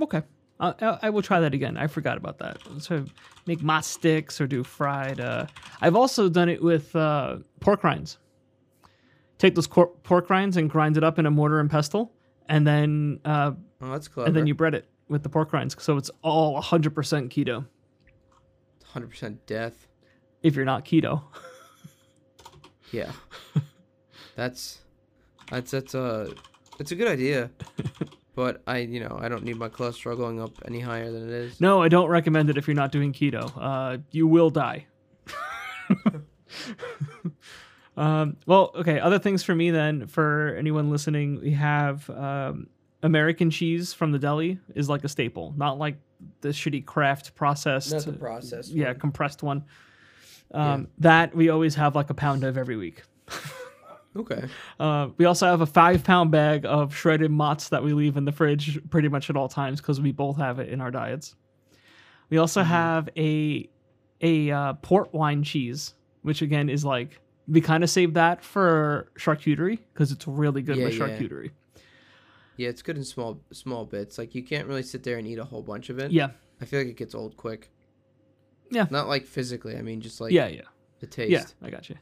okay, I, I, I will try that again. I forgot about that. So make mott sticks or do fried. Uh, I've also done it with uh, pork rinds. Take those cor- pork rinds and grind it up in a mortar and pestle, and then uh, Oh, that's clever. and then you bread it with the pork rinds. So it's all 100% keto. hundred percent death. if you're not keto. Yeah. that's that's that's a it's a good idea, but I you know I don't need my cholesterol going up any higher than it is. No, I don't recommend it if you're not doing keto. Uh, you will die. um, well, okay. Other things for me then, for anyone listening, we have um, American cheese from the deli is like a staple, not like the shitty craft processed. Not the processed Yeah, one. compressed one. Um, That we always have like a pound of every week. Okay. Uh, we also have a five pound bag of shredded mozz that we leave in the fridge pretty much at all times because we both have it in our diets. We also Mm-hmm. have a a uh, port wine cheese, which again is like we kind of save that for charcuterie because it's really good Yeah, with yeah. charcuterie. Yeah, it's good in small small bits. Like you can't really sit there and eat a whole bunch of it. Yeah, I feel like it gets old quick. Yeah. Not like physically. I mean, just like yeah, yeah, the taste. yeah. I got you.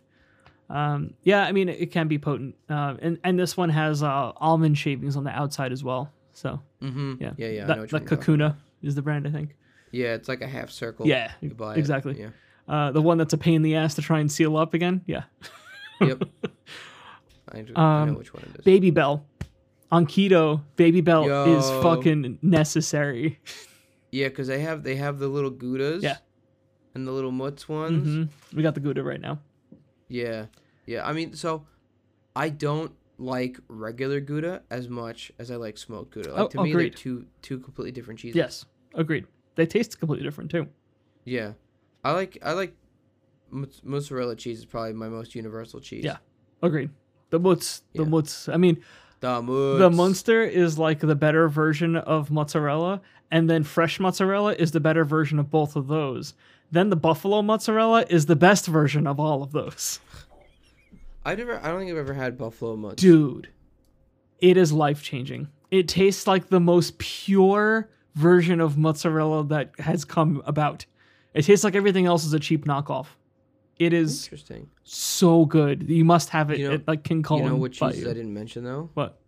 Um, yeah, I mean it, it can be potent, Um and and this one has uh, almond shavings on the outside as well. So Mm-hmm. yeah, Yeah. Yeah. I know That, what that you're talking about. Kakuna is the brand, I think. Yeah, it's like a half circle. Yeah, You buy it. exactly. Yeah. Uh, the one that's a pain in the ass to try and seal up again. Yeah. Yep. I, do, I know Um, which one it is. Baby Bell. On keto, Baby Bell is Yo. fucking necessary. yeah, because they have they have the little goudas. Yeah. And the little mutz ones. hmm We got the Gouda right now. Yeah. Yeah. I mean, so I don't like regular gouda as much as I like smoked gouda. Like Oh, to me, they're agreed. two two completely different cheeses. Yes, agreed. They taste completely different too. Yeah, I like I like moz- mozzarella cheese is probably my most universal cheese. Yeah. Agreed. The Mutz, the Yeah. Mutz. I mean, the Munster. the Munster is like the better version of mozzarella, and then fresh mozzarella is the better version of both of those. Then the Buffalo mozzarella is the best version of all of those. I never. I don't think I've ever had buffalo munster. dude it is life changing it tastes like the most pure version of mozzarella that has come about it tastes like everything else is a cheap knockoff it is Interesting. so good you must have it You know- at, like king you Cullen know what by cheeses you. I didn't mention though? what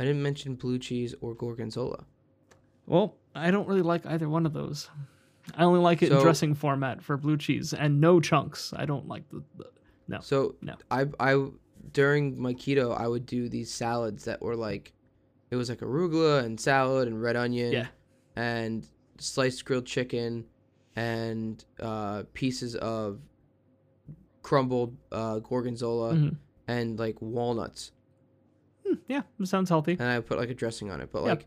I didn't mention blue cheese or gorgonzola. well i don't really like either one of those i only like it in So- dressing format for blue cheese and no chunks i don't like the, the no So No. I I during my keto I would do these salads that were like, it was like arugula and salad and red onion. Yeah. And sliced grilled chicken, and uh, pieces of crumbled uh, gorgonzola. Mhm. and like walnuts Hmm, yeah it sounds healthy and i put like a dressing on it but Yeah. like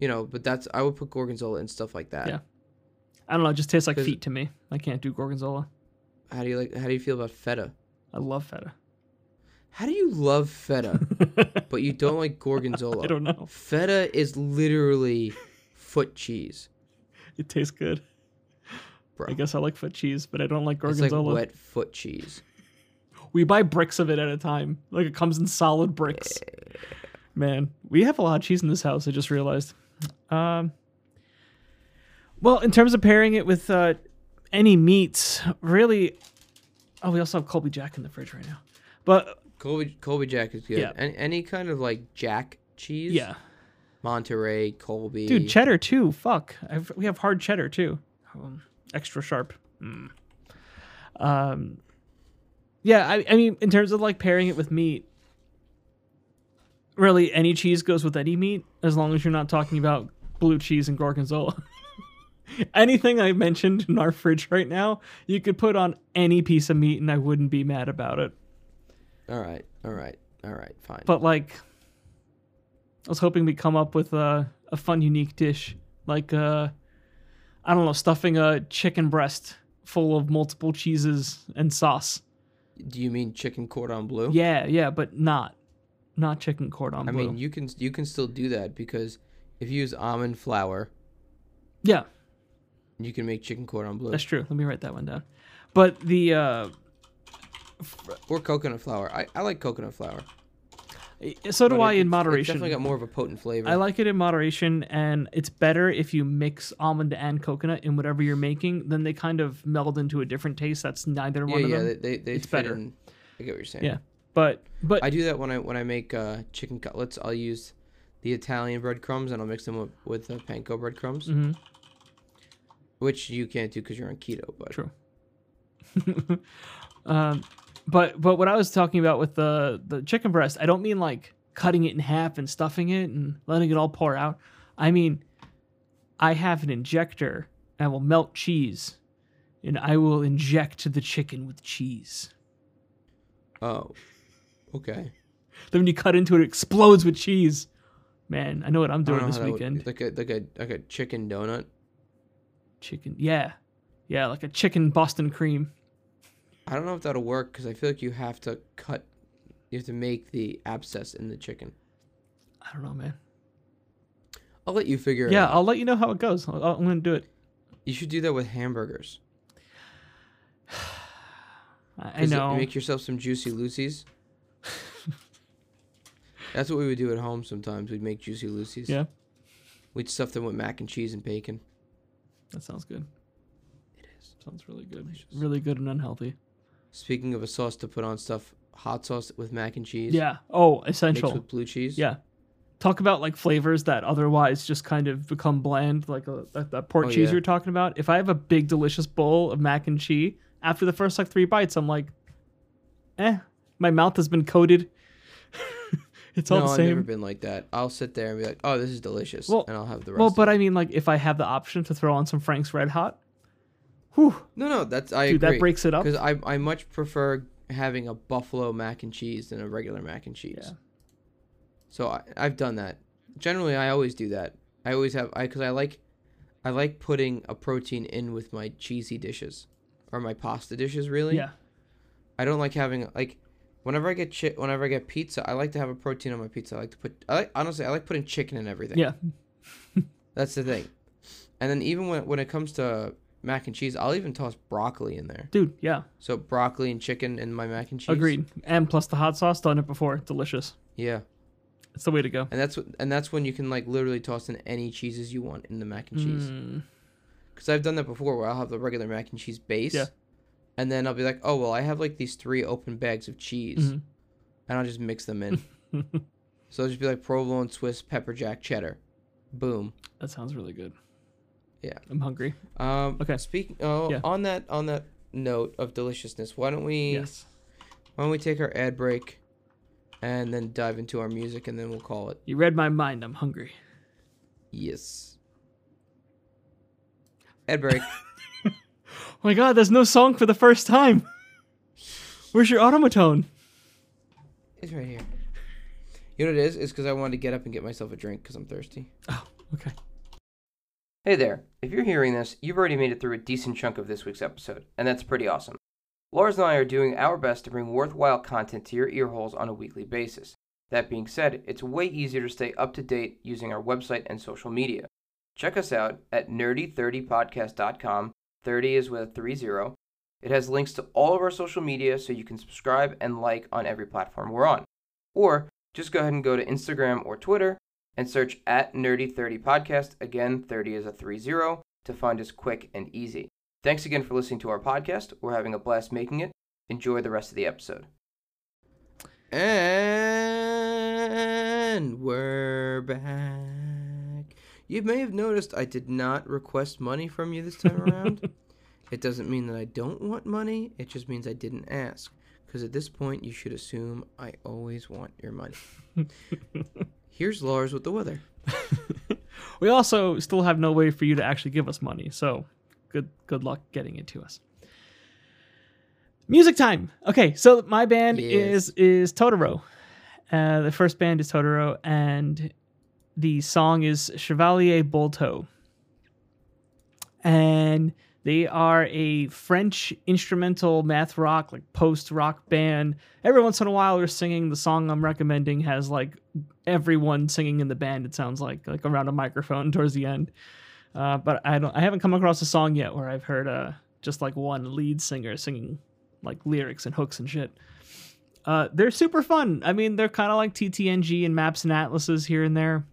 you know but that's i would put gorgonzola and stuff like that Yeah. i don't know it just tastes like 'Cause- feet to me i can't do gorgonzola how do you like how do you feel about feta i love feta how do you love feta but you don't like gorgonzola i don't know feta is literally foot cheese It tastes good. bro I guess I like foot cheese, but I don't like it's like gorgonzola. wet foot cheese we buy bricks of it at a time. Like it comes in solid bricks. Man, we have a lot of cheese in this house. I just realized. Um, well, in terms of pairing it with uh, any meats, really. Oh, we also have Colby Jack in the fridge right now. But colby, colby jack is good Yeah. and any kind of like jack cheese yeah, monterey colby dude, cheddar too. Fuck, I've, we have hard cheddar too. Um, extra sharp. Mm. Um, yeah, I, I mean, in terms of like pairing it with meat, really any cheese goes with any meat as long as you're not talking about blue cheese and gorgonzola. Anything I mentioned in our fridge right now, you could put on any piece of meat and I wouldn't be mad about it. All right. All right. All right. Fine. But like, I was hoping we'd come up with a, a fun, unique dish like uh, I don't know, stuffing a chicken breast full of multiple cheeses and sauce. Do you mean chicken cordon bleu? Yeah, yeah, but not not chicken cordon I bleu. mean, you can you can still do that because if you use almond flour, yeah, you can make chicken cordon bleu that's true. Let me write that one down. But the uh, or coconut flour. I, I like coconut flour. so do but I it- it's- in It's moderation. definitely got more of a potent flavor. I like it in moderation, and it's better if you mix almond and coconut in whatever you're making. Then they kind of meld into a different taste. That's neither yeah, one of yeah. them. They, they, they It's fit better. in. I get what you're saying. Yeah. But but I do that when I when I make uh, chicken cutlets. I'll use the Italian breadcrumbs and I'll mix them up with uh, panko breadcrumbs, Mhm. which you can't do because you're on keto. But True. um, but but what I was talking about with the the chicken breast, I don't mean like cutting it in half and stuffing it and letting it all pour out. I mean, I have an injector and I will melt cheese, and I will inject the chicken with cheese. oh, okay. Then when you cut into it, it explodes with cheese. Man, I know what I'm I don't doing know this how that would- weekend. like a like a like a chicken donut. Chicken, yeah, yeah, like a chicken Boston cream. I don't know if that'll work because I feel like you have to cut, you have to make the abscess in the chicken. I don't know, man. I'll let you figure it Yeah, out. I'll let you know how it goes. I'll, I'm gonna do it. You should do that with hamburgers. I, I 'Cause it- know. Make yourself some juicy Lucy's. That's what we would do at home sometimes. We'd make juicy Lucy's. Yeah. We'd stuff them with mac and cheese and bacon. That sounds good. It is. Sounds really good. Delicious. Really good and unhealthy. Speaking of a sauce to put on stuff, hot sauce with mac and cheese. Yeah. Oh, Mixed essential. with blue cheese. Yeah. Talk about like flavors that otherwise just kind of become bland, like a, that, that pork Oh, cheese yeah. you were talking about. If I have a big, delicious bowl of mac and cheese, after the first like three bites, I'm like, eh, my mouth has been coated. it's all no, the I've never same. been like that. I'll sit there and be like, "Oh, this is delicious," Well- and I'll have the rest. Well, but I mean, like, if I have the option to throw on some Frank's Red Hot, whew, no, no, that's I dude, agree. that breaks it up. Because I, I much prefer having a buffalo mac and cheese than a regular mac and cheese. Yeah. So I, I've done that. Generally, I always do that. I always have I because I like, I like putting a protein in with my cheesy dishes, or my pasta dishes. Really. Yeah. I don't like having like, whenever I get chi- whenever I get pizza, I like to have a protein on my pizza. I like to put. I like, honestly, I like putting chicken in everything. Yeah. That's the thing. And then even when when it comes to mac and cheese, I'll even toss broccoli in there. Dude, yeah. So broccoli and chicken in my mac and cheese. Agreed. And plus the hot sauce, done it before. Delicious. Yeah, It's the way to go. and that's what, and that's when you can like literally toss in any cheeses you want in the mac and cheese. Mm, Because I've done that before, where I'll have the regular mac and cheese base, Yeah. and then I'll be like, oh well, I have like these three open bags of cheese, Mhm. and I'll just mix them in. so I'll just be like provolone, Swiss, pepper jack, cheddar, boom. that sounds really good. Yeah. I'm hungry. Um, Okay. Speaking. Oh, Yeah. on that on that note of deliciousness, why don't we Yes. why don't we take our ad break, and then dive into our music, and then we'll call it. You read my mind. I'm hungry. Yes. Ad break. Oh my god, there's no song for the first time. Where's your automatone? It's right here. You know what it is? It's because I wanted to get up and get myself a drink because I'm thirsty. Oh, okay. Hey there. If you're hearing this, you've already made it through a decent chunk of this week's episode, and that's pretty awesome. Lars and I are doing our best to bring worthwhile content to your earholes on a weekly basis. That being said, it's way easier to stay up to date using our website and social media. Check us out at nerdy30podcast.com. 30 is with a 30. It has links to all of our social media so you can subscribe and like on every platform we're on. Or just go ahead and go to Instagram or Twitter and search at nerdy30podcast. Again, 30 is a 30 to find us quick and easy. Thanks again for listening to our podcast. We're having a blast making it. Enjoy the rest of the episode. And we're back. You may have noticed I did not request money from you this time around. It doesn't mean that I don't want money, it just means I didn't ask. Because at this point, you should assume I always want your money. Here's Lars with the weather. we also still have no way for you to actually give us money, so good good luck getting it to us. Music time. Okay, so my band Yes. is is Totoro. Uh, the first band is Totoro, and the song is Chevalier Bolto. And they are a French instrumental math rock, like post rock band. Every once in a while, they're singing. The song I'm recommending has like everyone singing in the band. It sounds like like around a microphone towards the end. Uh, but I don't. I haven't come across a song yet where I've heard uh, just like one lead singer singing like lyrics and hooks and shit. Uh, they're super fun. I mean, they're kind of like TTNG and maps and atlases here and there.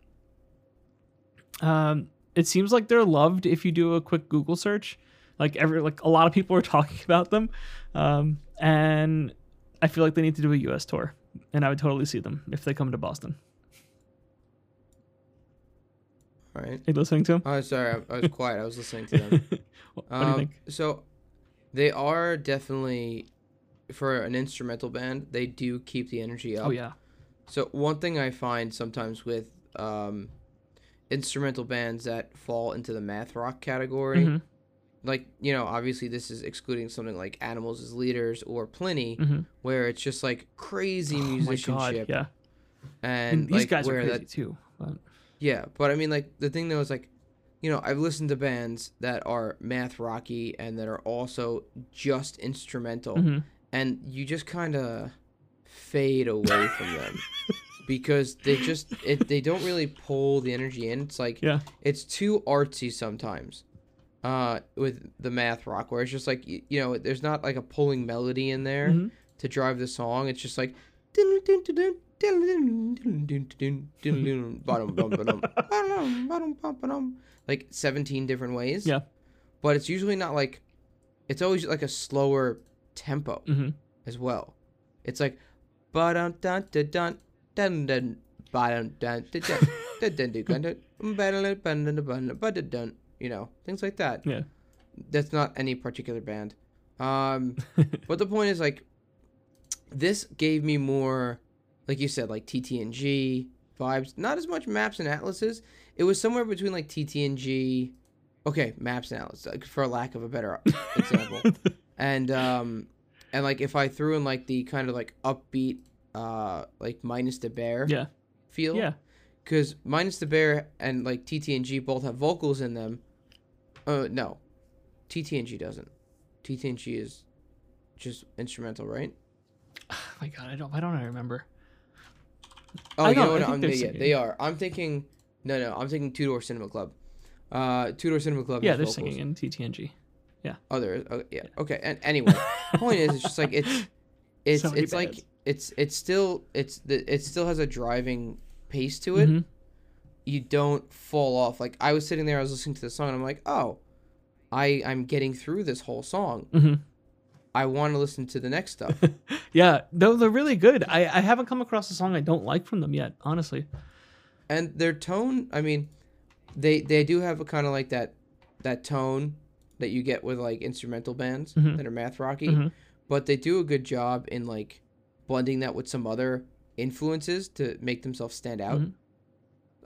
Um, it seems like they're loved if you do a quick Google search. Like every like a lot of people are talking about them, um, and I feel like they need to do a U.S. tour, and I would totally see them if they come to Boston. All right. Are you listening to them? Oh, sorry. I, I was quiet. I was listening to them. what do you Um, think? So they are definitely, for an instrumental band, they do keep the energy up. Oh yeah. So one thing I find sometimes with um, instrumental bands that fall into the math rock category, Mhm. like you know, obviously this is excluding something like Animals as Leaders or Pliny, Mhm. where it's just like crazy Oh my god. musicianship, Yeah. and, And, these like, guys are where crazy that too. But yeah, but I mean, like the thing though is like, you know, I've listened to bands that are math rocky and that are also just instrumental, Mhm. and you just kind of fade away from them because they just it, they don't really pull the energy in. It's like Yeah. it's too artsy sometimes. Uh, with the math rock, where it's just like you, you know, there's not like a pulling melody in there Mhm. to drive the song. It's just like like 17 different ways. Yeah. But it's usually not like it's always like a slower tempo Mhm. as well. It's like ba-dun dun dun dun dun dun ba-dun dun dun dun dun dun dun dun dun ba-dun dun dun dun dun dun dun you know, things like that yeah. that's not any particular band. Um, but the point is like this gave me more, like you said, like TTNG vibes. Not as much maps and atlases. It was somewhere between like TTNG, okay, maps and atlases, like, for lack of a better example. and um, and like if I threw in like the kind of like upbeat, uh, like minus the bear Yeah. feel Yeah. because minus the bear and like TTNG both have vocals in them. Uh, no, TTNG doesn't. TTNG is just instrumental, right? Oh my god. I don't. Why don't I remember? Oh, I you know, know what? I think I'm, they're yeah, singing. they are. I'm thinking. No, no, I'm thinking Two Door Cinema Club. Uh, Two Door Cinema Club. Yeah, has they're vocals. singing in TTNG. Other, uh, yeah, okay. And anyway, point is, it's just like it's, it's, So many it's like bands. it's, it's still, it's the, it still has a driving pace to it. Mhm. you don't fall off. Like I was sitting there, I was listening to the song, and I'm like, oh, I I'm getting through this whole song. Mhm. I want to listen to the next stuff. Yeah, though they're really good. I, I haven't come across a song I don't like from them yet, honestly. and their tone, I mean, they they do have a kind of like that that tone that you get with like instrumental bands Mhm. that are math rocky, Mhm. but they do a good job in like blending that with some other influences to make themselves stand out. Mhm.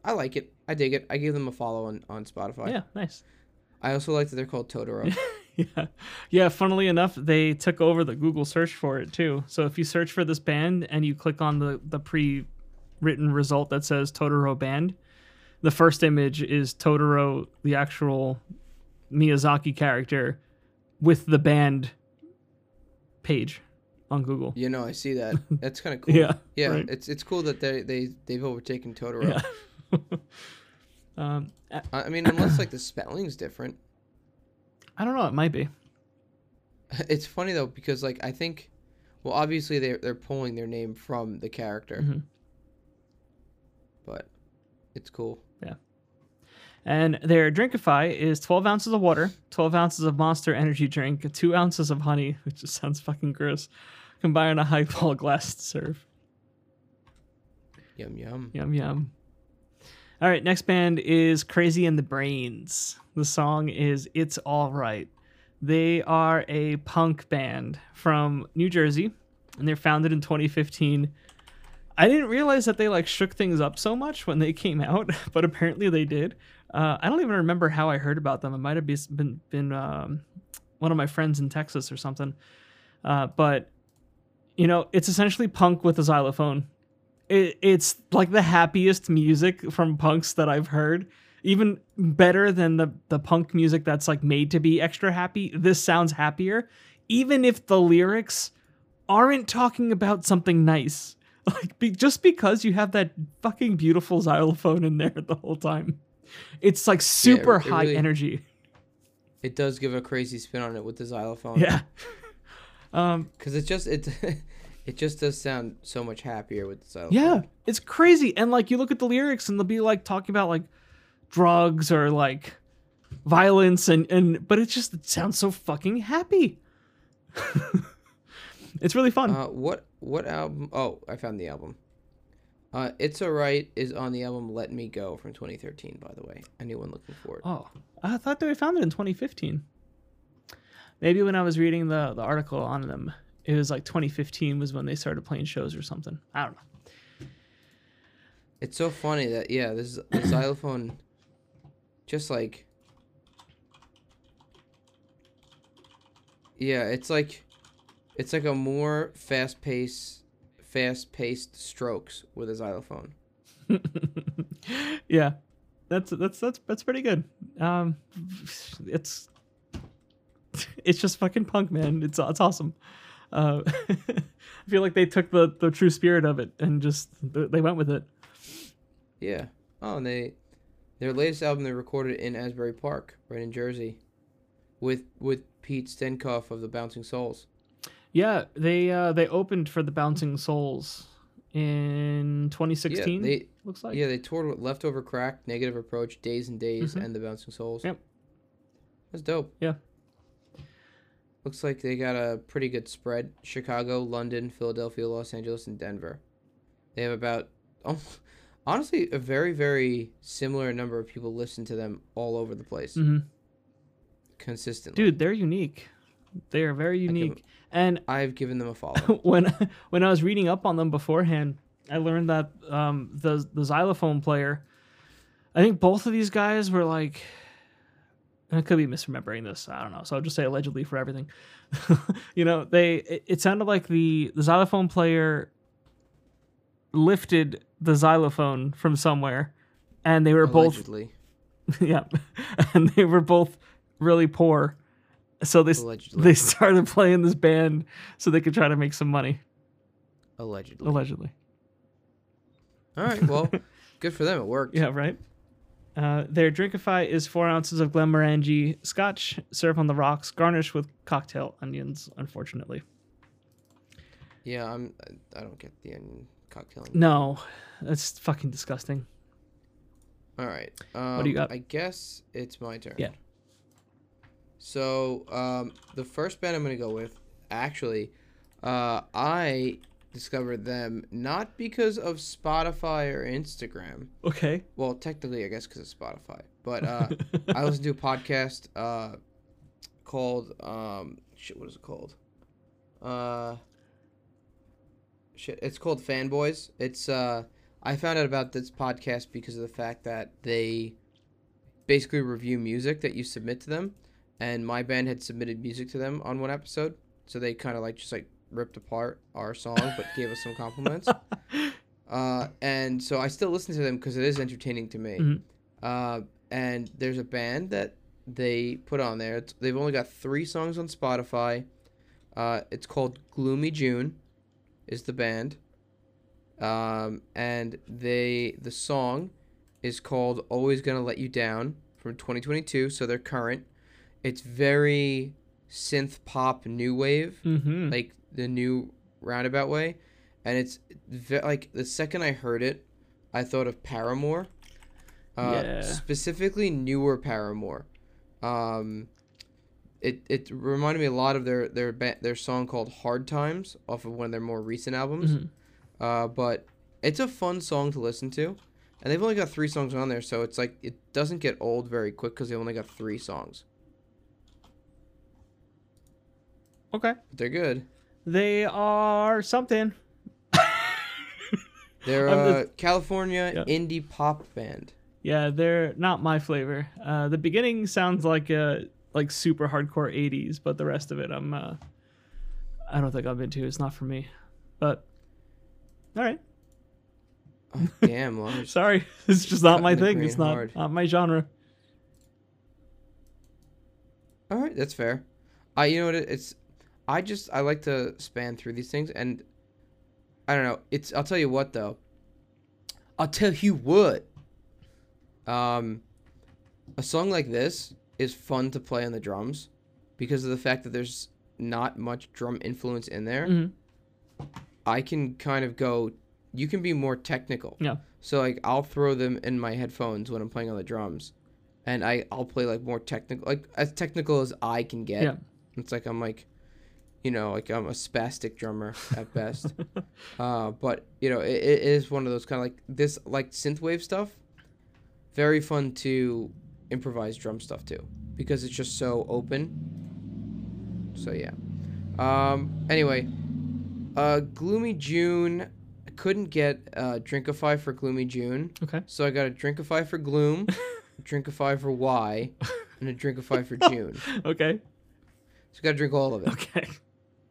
I like it. I dig it. I give them a follow on, on Spotify. Yeah, nice. I also like that they're called Totoro. Yeah. Yeah, funnily enough, they took over the Google search for it too. So if you search for this band and you click on the, the pre written result that says Totoro Band, the first image is Totoro, the actual Miyazaki character, with the band page on Google. You know, I see that. That's kind of cool. Yeah, yeah. right. It's it's cool that they they they've overtaken Totoro. Yeah. um, I, I I mean, unless like the spelling's different. I don't know. It might be. It's funny though because like I think, well, obviously they're they're pulling their name from the character, Mhm. but it's cool. And their Drinkify is 12 ounces of water, 12 ounces of monster energy drink, 2 ounces of honey, which just sounds fucking gross, combined in a highball glass to serve. Yum yum. Yum, yum. All right, next band is Crazy in the Brains. The song is It's All Right. They are a punk band from New Jersey, and they're founded in 2015. I didn't realize that they like shook things up so much when they came out, but apparently they did. Uh, I don't even remember how I heard about them. It might have bes- been been um, one of my friends in Texas or something. Uh, but you know, it's essentially punk with a xylophone. It, it's like the happiest music from punks that I've heard. Even better than the the punk music that's like made to be extra happy. This sounds happier, even if the lyrics aren't talking about something nice. Like be, just because you have that fucking beautiful xylophone in there the whole time, it's like super it high really- energy. It does give a crazy spin on it with the xylophone. Yeah. um, Because it just it it just does sound so much happier with the xylophone. Yeah, it's crazy. And like you look at the lyrics and they'll be like talking about like drugs or like violence and and but it just it sounds so fucking happy. it's really fun. Uh, what what album? Oh, I found the album. Uh, it's alright is on the album "Let Me Go" from 2013. By the way, anyone looking for it? oh, I thought that we found it in 2015. Maybe when I was reading the the article on them, it was like 2015 was when they started playing shows or something. I don't know. It's so funny that yeah, this is the xylophone, just like yeah, it's like it's like a more fast pace, fast paced strokes with a xylophone. yeah, that's that's that's that's pretty good. Um, it's it's just fucking punk, man. It's it's awesome. Uh, I feel like they took the the true spirit of it and just they went with it. Yeah. Oh, and they their latest album they recorded in Asbury Park, right in Jersey, with with Pete Stenkoff of the Bouncing Souls. Yeah, they uh they opened for the Bouncing Souls in 2016. Yeah, they looks like yeah they toured with Leftover Crack, Negative Approach, Days and Days, Mhm. and the Bouncing Souls. Yep. That's dope. Yeah. Looks like they got a pretty good spread: Chicago, London, Philadelphia, Los Angeles, and Denver. They have about oh, honestly a very very similar number of people listen to them all over the place Mhm. consistently. dude, they're unique. They are very give 'em- unique. And I've given them a follow. when when I was reading up on them beforehand, I learned that um, the the xylophone player, I think both of these guys were like, I could be misremembering this. I don't know. So I'll just say allegedly for everything. you know, they it, it sounded like the the xylophone player lifted the xylophone from somewhere, and they were both allegedly. yeah, and they were both really poor. So they s- Allegedly. they started playing this band so they could try to make some money Allegedly. allegedly All right. Well, good for them. It worked. Oh. yeah right uh, their drinkify is four ounces of glenmorangie scotch served on the rocks garnished with cocktail onions unfortunately Yeah. I'm. I- I don't get the onion cocktail. in- no that's fucking disgusting All right. Um, do you got? I guess it's my turn. Yeah. So um, the first band I'm gonna go with, actually, uh, I discovered them not because of Spotify or Instagram. okay Well, technically, I guess because of Spotify, but uh, I listen to a podcast uh, called um, shit. What is it called? Uh, shit. It's called Fanboys. It's uh, I found out about this podcast because of the fact that they basically review music that you submit to them, and my band had submitted music to them on one episode, so they kind of like just like ripped apart our song but gave us some compliments. Uh, and so I still listen to them because it is entertaining to me. Mhm. Uh, and there's a band that they put on there. It's, they've only got three songs on Spotify. Uh, it's called Gloomy June, is the band. Um, and they the song is called Always Gonna Let You Down from 2022, so they're current. It's very synth pop new wave mm-hmm. like the new roundabout way and it's ve- like the second i heard it i thought of paramore uh, Yeah. specifically newer paramore um, it, it reminded me a lot of their their ba- their song called hard times off of one of their more recent albums Mhm. uh, but it's a fun song to listen to and they've only got three songs on there so it's like it doesn't get old very quick because they only got three songs Okay. But they're good. They are something. They're I'm a California Yeah. indie pop band. Yeah, they're not my flavor. Uh, the beginning sounds like uh like super hardcore '80s, but the rest of it, I'm uh, I don't think I'm into. It's not for me. But all right, Oh, damn, Lars. sorry, it's just not my Cutting the thing. green It's not hard. not my genre. All right, that's fair. I you know what it- it's I just I like to span through these things and I don't know. It's I'll tell you what though. I'll tell you what. Um a song like this is fun to play on the drums because of the fact that there's not much drum influence in there. hmm I can kind of go you can be more technical. Yeah. So like I'll throw them in my headphones when I'm playing on the drums. And I, I'll play like more technical like as technical as I can get. Yeah. It's like I'm like you know, like I'm a spastic drummer at best. uh, but you know, it, it is one of those kind of like this like synthwave stuff. Very fun to improvise drum stuff too because it's just so open. So yeah. Um anyway, uh Gloomy June I couldn't get uh Drinkify for Gloomy June. Okay. So I got a Drinkify for Gloom, a Drinkify for Y, and a Drinkify for June. So Okay. you gotta drink all of it. Okay.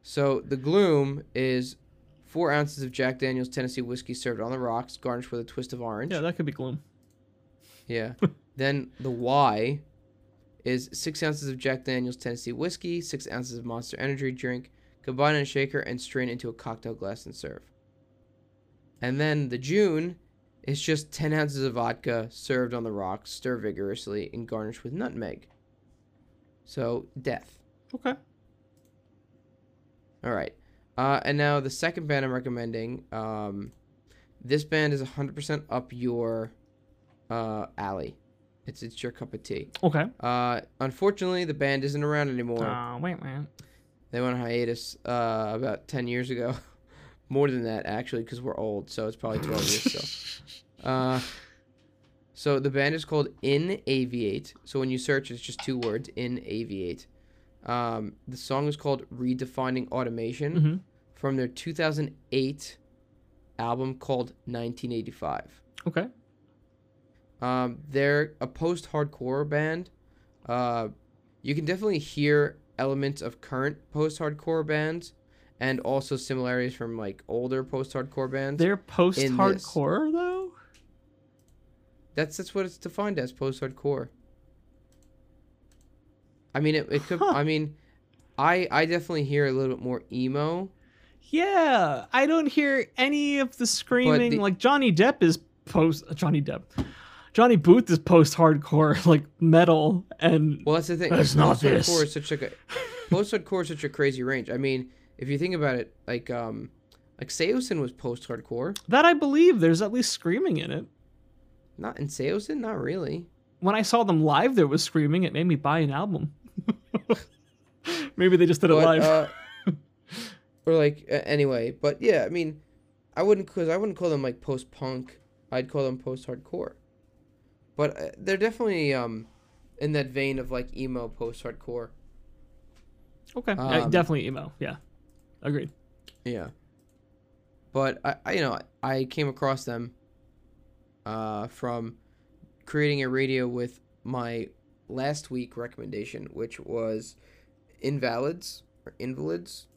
So the Gloom is four ounces of Jack Daniel's Tennessee whiskey served on the rocks, garnished with a twist of orange. Yeah, that could be gloom. Yeah. then the Y is six ounces of Jack Daniel's Tennessee whiskey, six ounces of Monster Energy drink, combine in a shaker and strain into a cocktail glass and serve. And then the June is just 10 ounces of vodka served on the rocks, stir vigorously, and garnish with nutmeg. So, death. Okay. All right. Uh, and now the second band I'm recommending. Um, this band is 100% up your uh, alley. It's it's your cup of tea. Okay. Uh, unfortunately, the band isn't around anymore. Uh, wait, wait. Mm-hmm. They went on hiatus uh, about 10 years ago. More than that, actually, because we're old, so it's probably 12 years still. Uh, so the band is called In Aviate. So when you search, it's just two words In Aviate. Um, the song is called Redefining Automation hmm from their 2008 album called 1985. Okay. Um, they're a post hardcore band. Uh, you can definitely hear elements of current post hardcore bands and also similarities from like older post hardcore bands. They're post-hardcore though. That's that's what it's defined as post hardcore. I mean, it, it could. Huh. I mean, I I definitely hear a little bit more emo. Yeah, I don't hear any of the screaming. the- like Johnny Depp is post Johnny Depp, Johnny Booth is post hardcore like metal and Well, that's the thing. That's not post-hardcore this. Is such like a, post-hardcore is such a crazy range. I mean, if you think about it, like um, like Seosin was post-hardcore. that I believe there's at least screaming in it. Not in Seosin, not really. When I saw them live, there was screaming. It made me buy an album. Maybe they just did it But, live. uh, or like a- anyway, but yeah, I mean, I wouldn't cause I wouldn't call them like post-punk. I'd call them post-hardcore. But uh, they're definitely um, in that vein of like emo post-hardcore. okay, Uh, um, definitely emo. Yeah, agreed. Yeah. But I, I you know, I came across them uh, from creating a radio with my last week recommendation, which was invalids or invalids,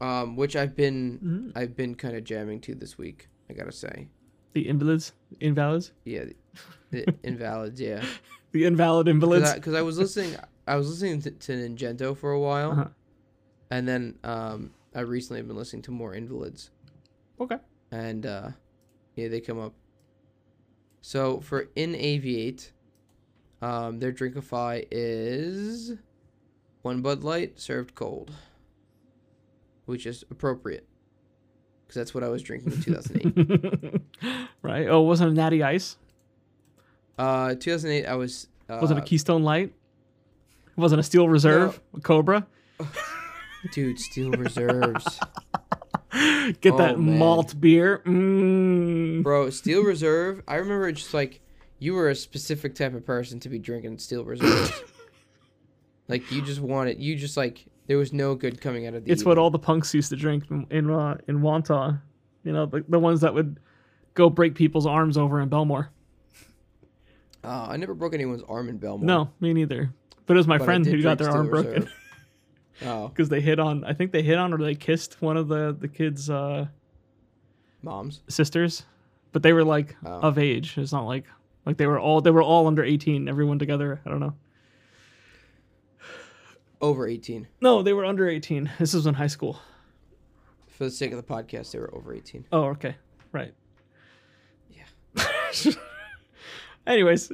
um, which I've been Mhm. I've been kind of jamming to this week. I gotta say, The invalids, invalids, yeah, the, the invalids, yeah, the invalid invalids. because I, was listening I was listening to, to Nintendo for a while, Uh-huh. and then um, I recently have been listening to more invalids. Okay. and uh, yeah, they come up. So for in Aviate, um, their drinkify is one Bud Light served cold, which is appropriate because that's what I was drinking in 2008. right. Oh, wasn't it Natty Ice? uh, 2008, I was uh, Wasn't a Keystone Light? Wasn't a Steel Reserve? A Cobra? dude Steel Reserves, Get Oh, that man. malt beer. Mm. bro. Steel Reserve. I remember it's just like you were a specific type of person to be drinking Steel Reserves. like you just wanted, you just like. There was no good coming out of the. E. it's what all the punks used to drink in in, uh, in Wanta. You know, the, the ones that would go break people's arms over in Belmore. Uh, I never broke anyone's arm in Belmore. No, me neither. But it was my but I friend did who got drink their arm Stewart's broken Reserve. Oh, because they hit on. I think they hit on or they kissed one of the the kids' uh, moms. sisters, but they were like Oh. of age. It's not like like they were all they were all under eighteen. Everyone together. I don't know. Over 18. No, they were under eighteen. This was in high school. For the sake of the podcast, they were over 18. Oh, okay, right. Yeah. Yeah. Anyways,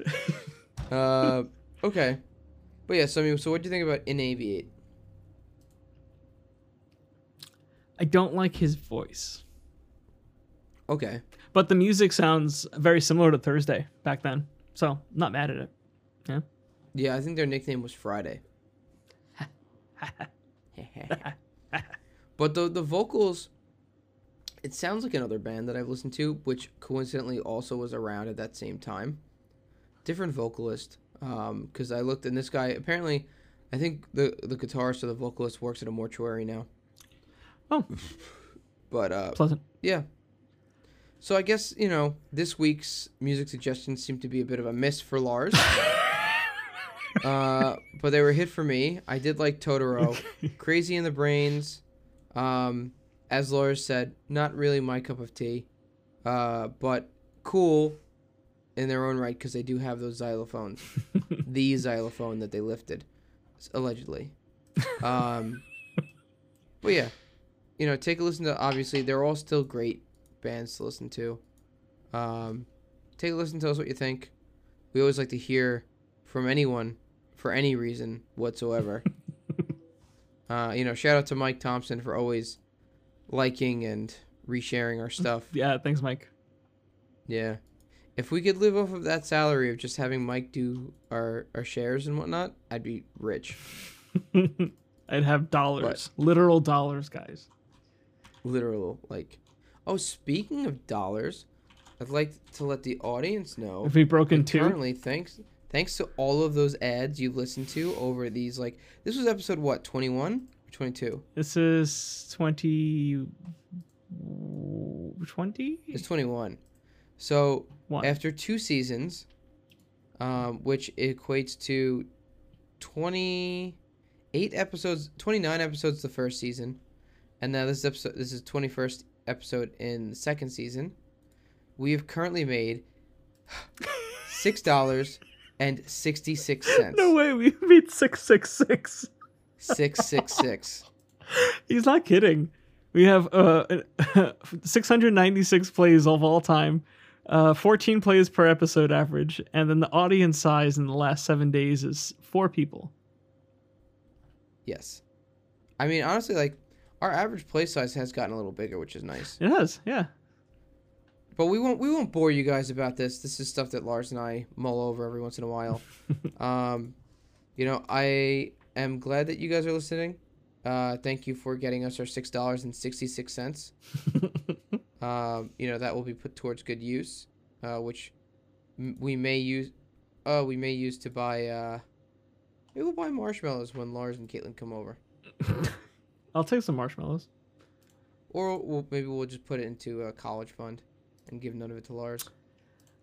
Uh, okay. But yeah, so I mean, so what do you think about Inaviate? I don't like his voice, Okay. but the music sounds very similar to Thursday back then. So not mad at it. Yeah, I think their nickname was Friday. but the the vocals, it sounds like another band that I've listened to, which coincidentally also was around at that same time. Different vocalist, because I looked and this guy apparently, I think the the guitarist or the vocalist works at a mortuary now. Oh. But uh, Pleasant. yeah. So I guess you know this week's music suggestions seem to be a bit of a miss for Lars, uh, but they were a hit for me. I did like Totoro, Crazy in the Brains. Um, as Lars said, not really my cup of tea, uh, but cool in their own right because they do have those xylophones, the xylophone that they lifted, s- allegedly. Um, but yeah, you know, take a listen to. Obviously, they're all still great bands to listen to. Um, take a listen. Tell us what you think. We always like to hear from anyone for any reason whatsoever. uh, you know, shout out to Mike Thompson for always liking and resharing our stuff. Yeah. Thanks, Mike. Yeah. If we could live off of that salary of just having Mike do our, our shares and whatnot, I'd be rich. I'd have dollars, literal dollars, guys. Literal. Like, oh, speaking of dollars, I'd like to let the audience know. If we broke in two, Currently, thanks thanks to all of those ads you've listened to over these, like, this was episode what, 21 or 22? this is 20. 20? It's 21. So One. after two seasons, um, which equates to 28 episodes, 29 episodes the first season, and now this episode, this is 21st episode in the second season. We have currently made six dollars and sixty six cents. No way, we beat 666. Six six six. He's not kidding. We have uh, 696 plays of all time, uh, 14 plays per episode average, and then the audience size in the last seven days is four people. Yes. I mean, honestly, like our average play size has gotten a little bigger, which is nice. It has, yeah. But we won't we won't bore you guys about this. This is stuff that Lars and I mull over every once in a while. um, you know, I am glad that you guys are listening. Uh, thank you for getting us our six dollars and sixty six cents. um, you know that will be put towards good use, uh, which m- we may use. Uh, we may use to buy. Uh, maybe we'll buy marshmallows when Lars and Caitlin come over, I'll take some marshmallows. or we'll, maybe we'll just put it into a college fund and give none of it to Lars.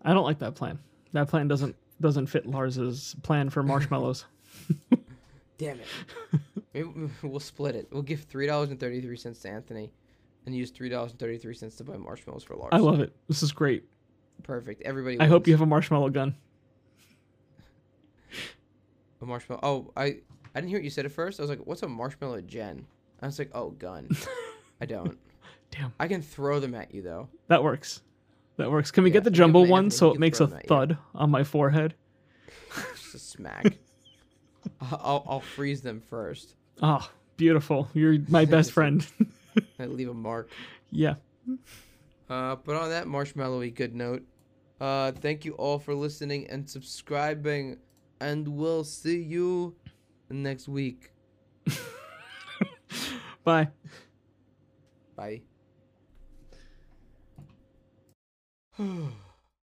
I don't like that plan. That plan doesn't doesn't fit Lars's plan for marshmallows. Damn it. Maybe we'll split it. We'll give three dollars and thirty three cents to Anthony, and use three dollars and thirty three cents to buy marshmallows for Lars. I love it. This is great. Perfect. Everybody. I hope you wins. have a marshmallow gun. a marshmallow. Oh, I I didn't hear what you said at first. I was like, "What's a marshmallow, Jen?" I was like, "Oh, gun." I don't. Damn. I can throw them at you though. That works. That works. Can we Yeah, get the if you jumbo have an one Anthony, so you it can makes throw a them at you. thud on my forehead? Just a smack. I'll- I'll I'll freeze them first. Ah, beautiful. You're my best friend. I leave a mark. yeah. Uh, but on that marshmallowy good note, uh, thank you all for listening and subscribing, and we'll see you next week. Bye. Bye.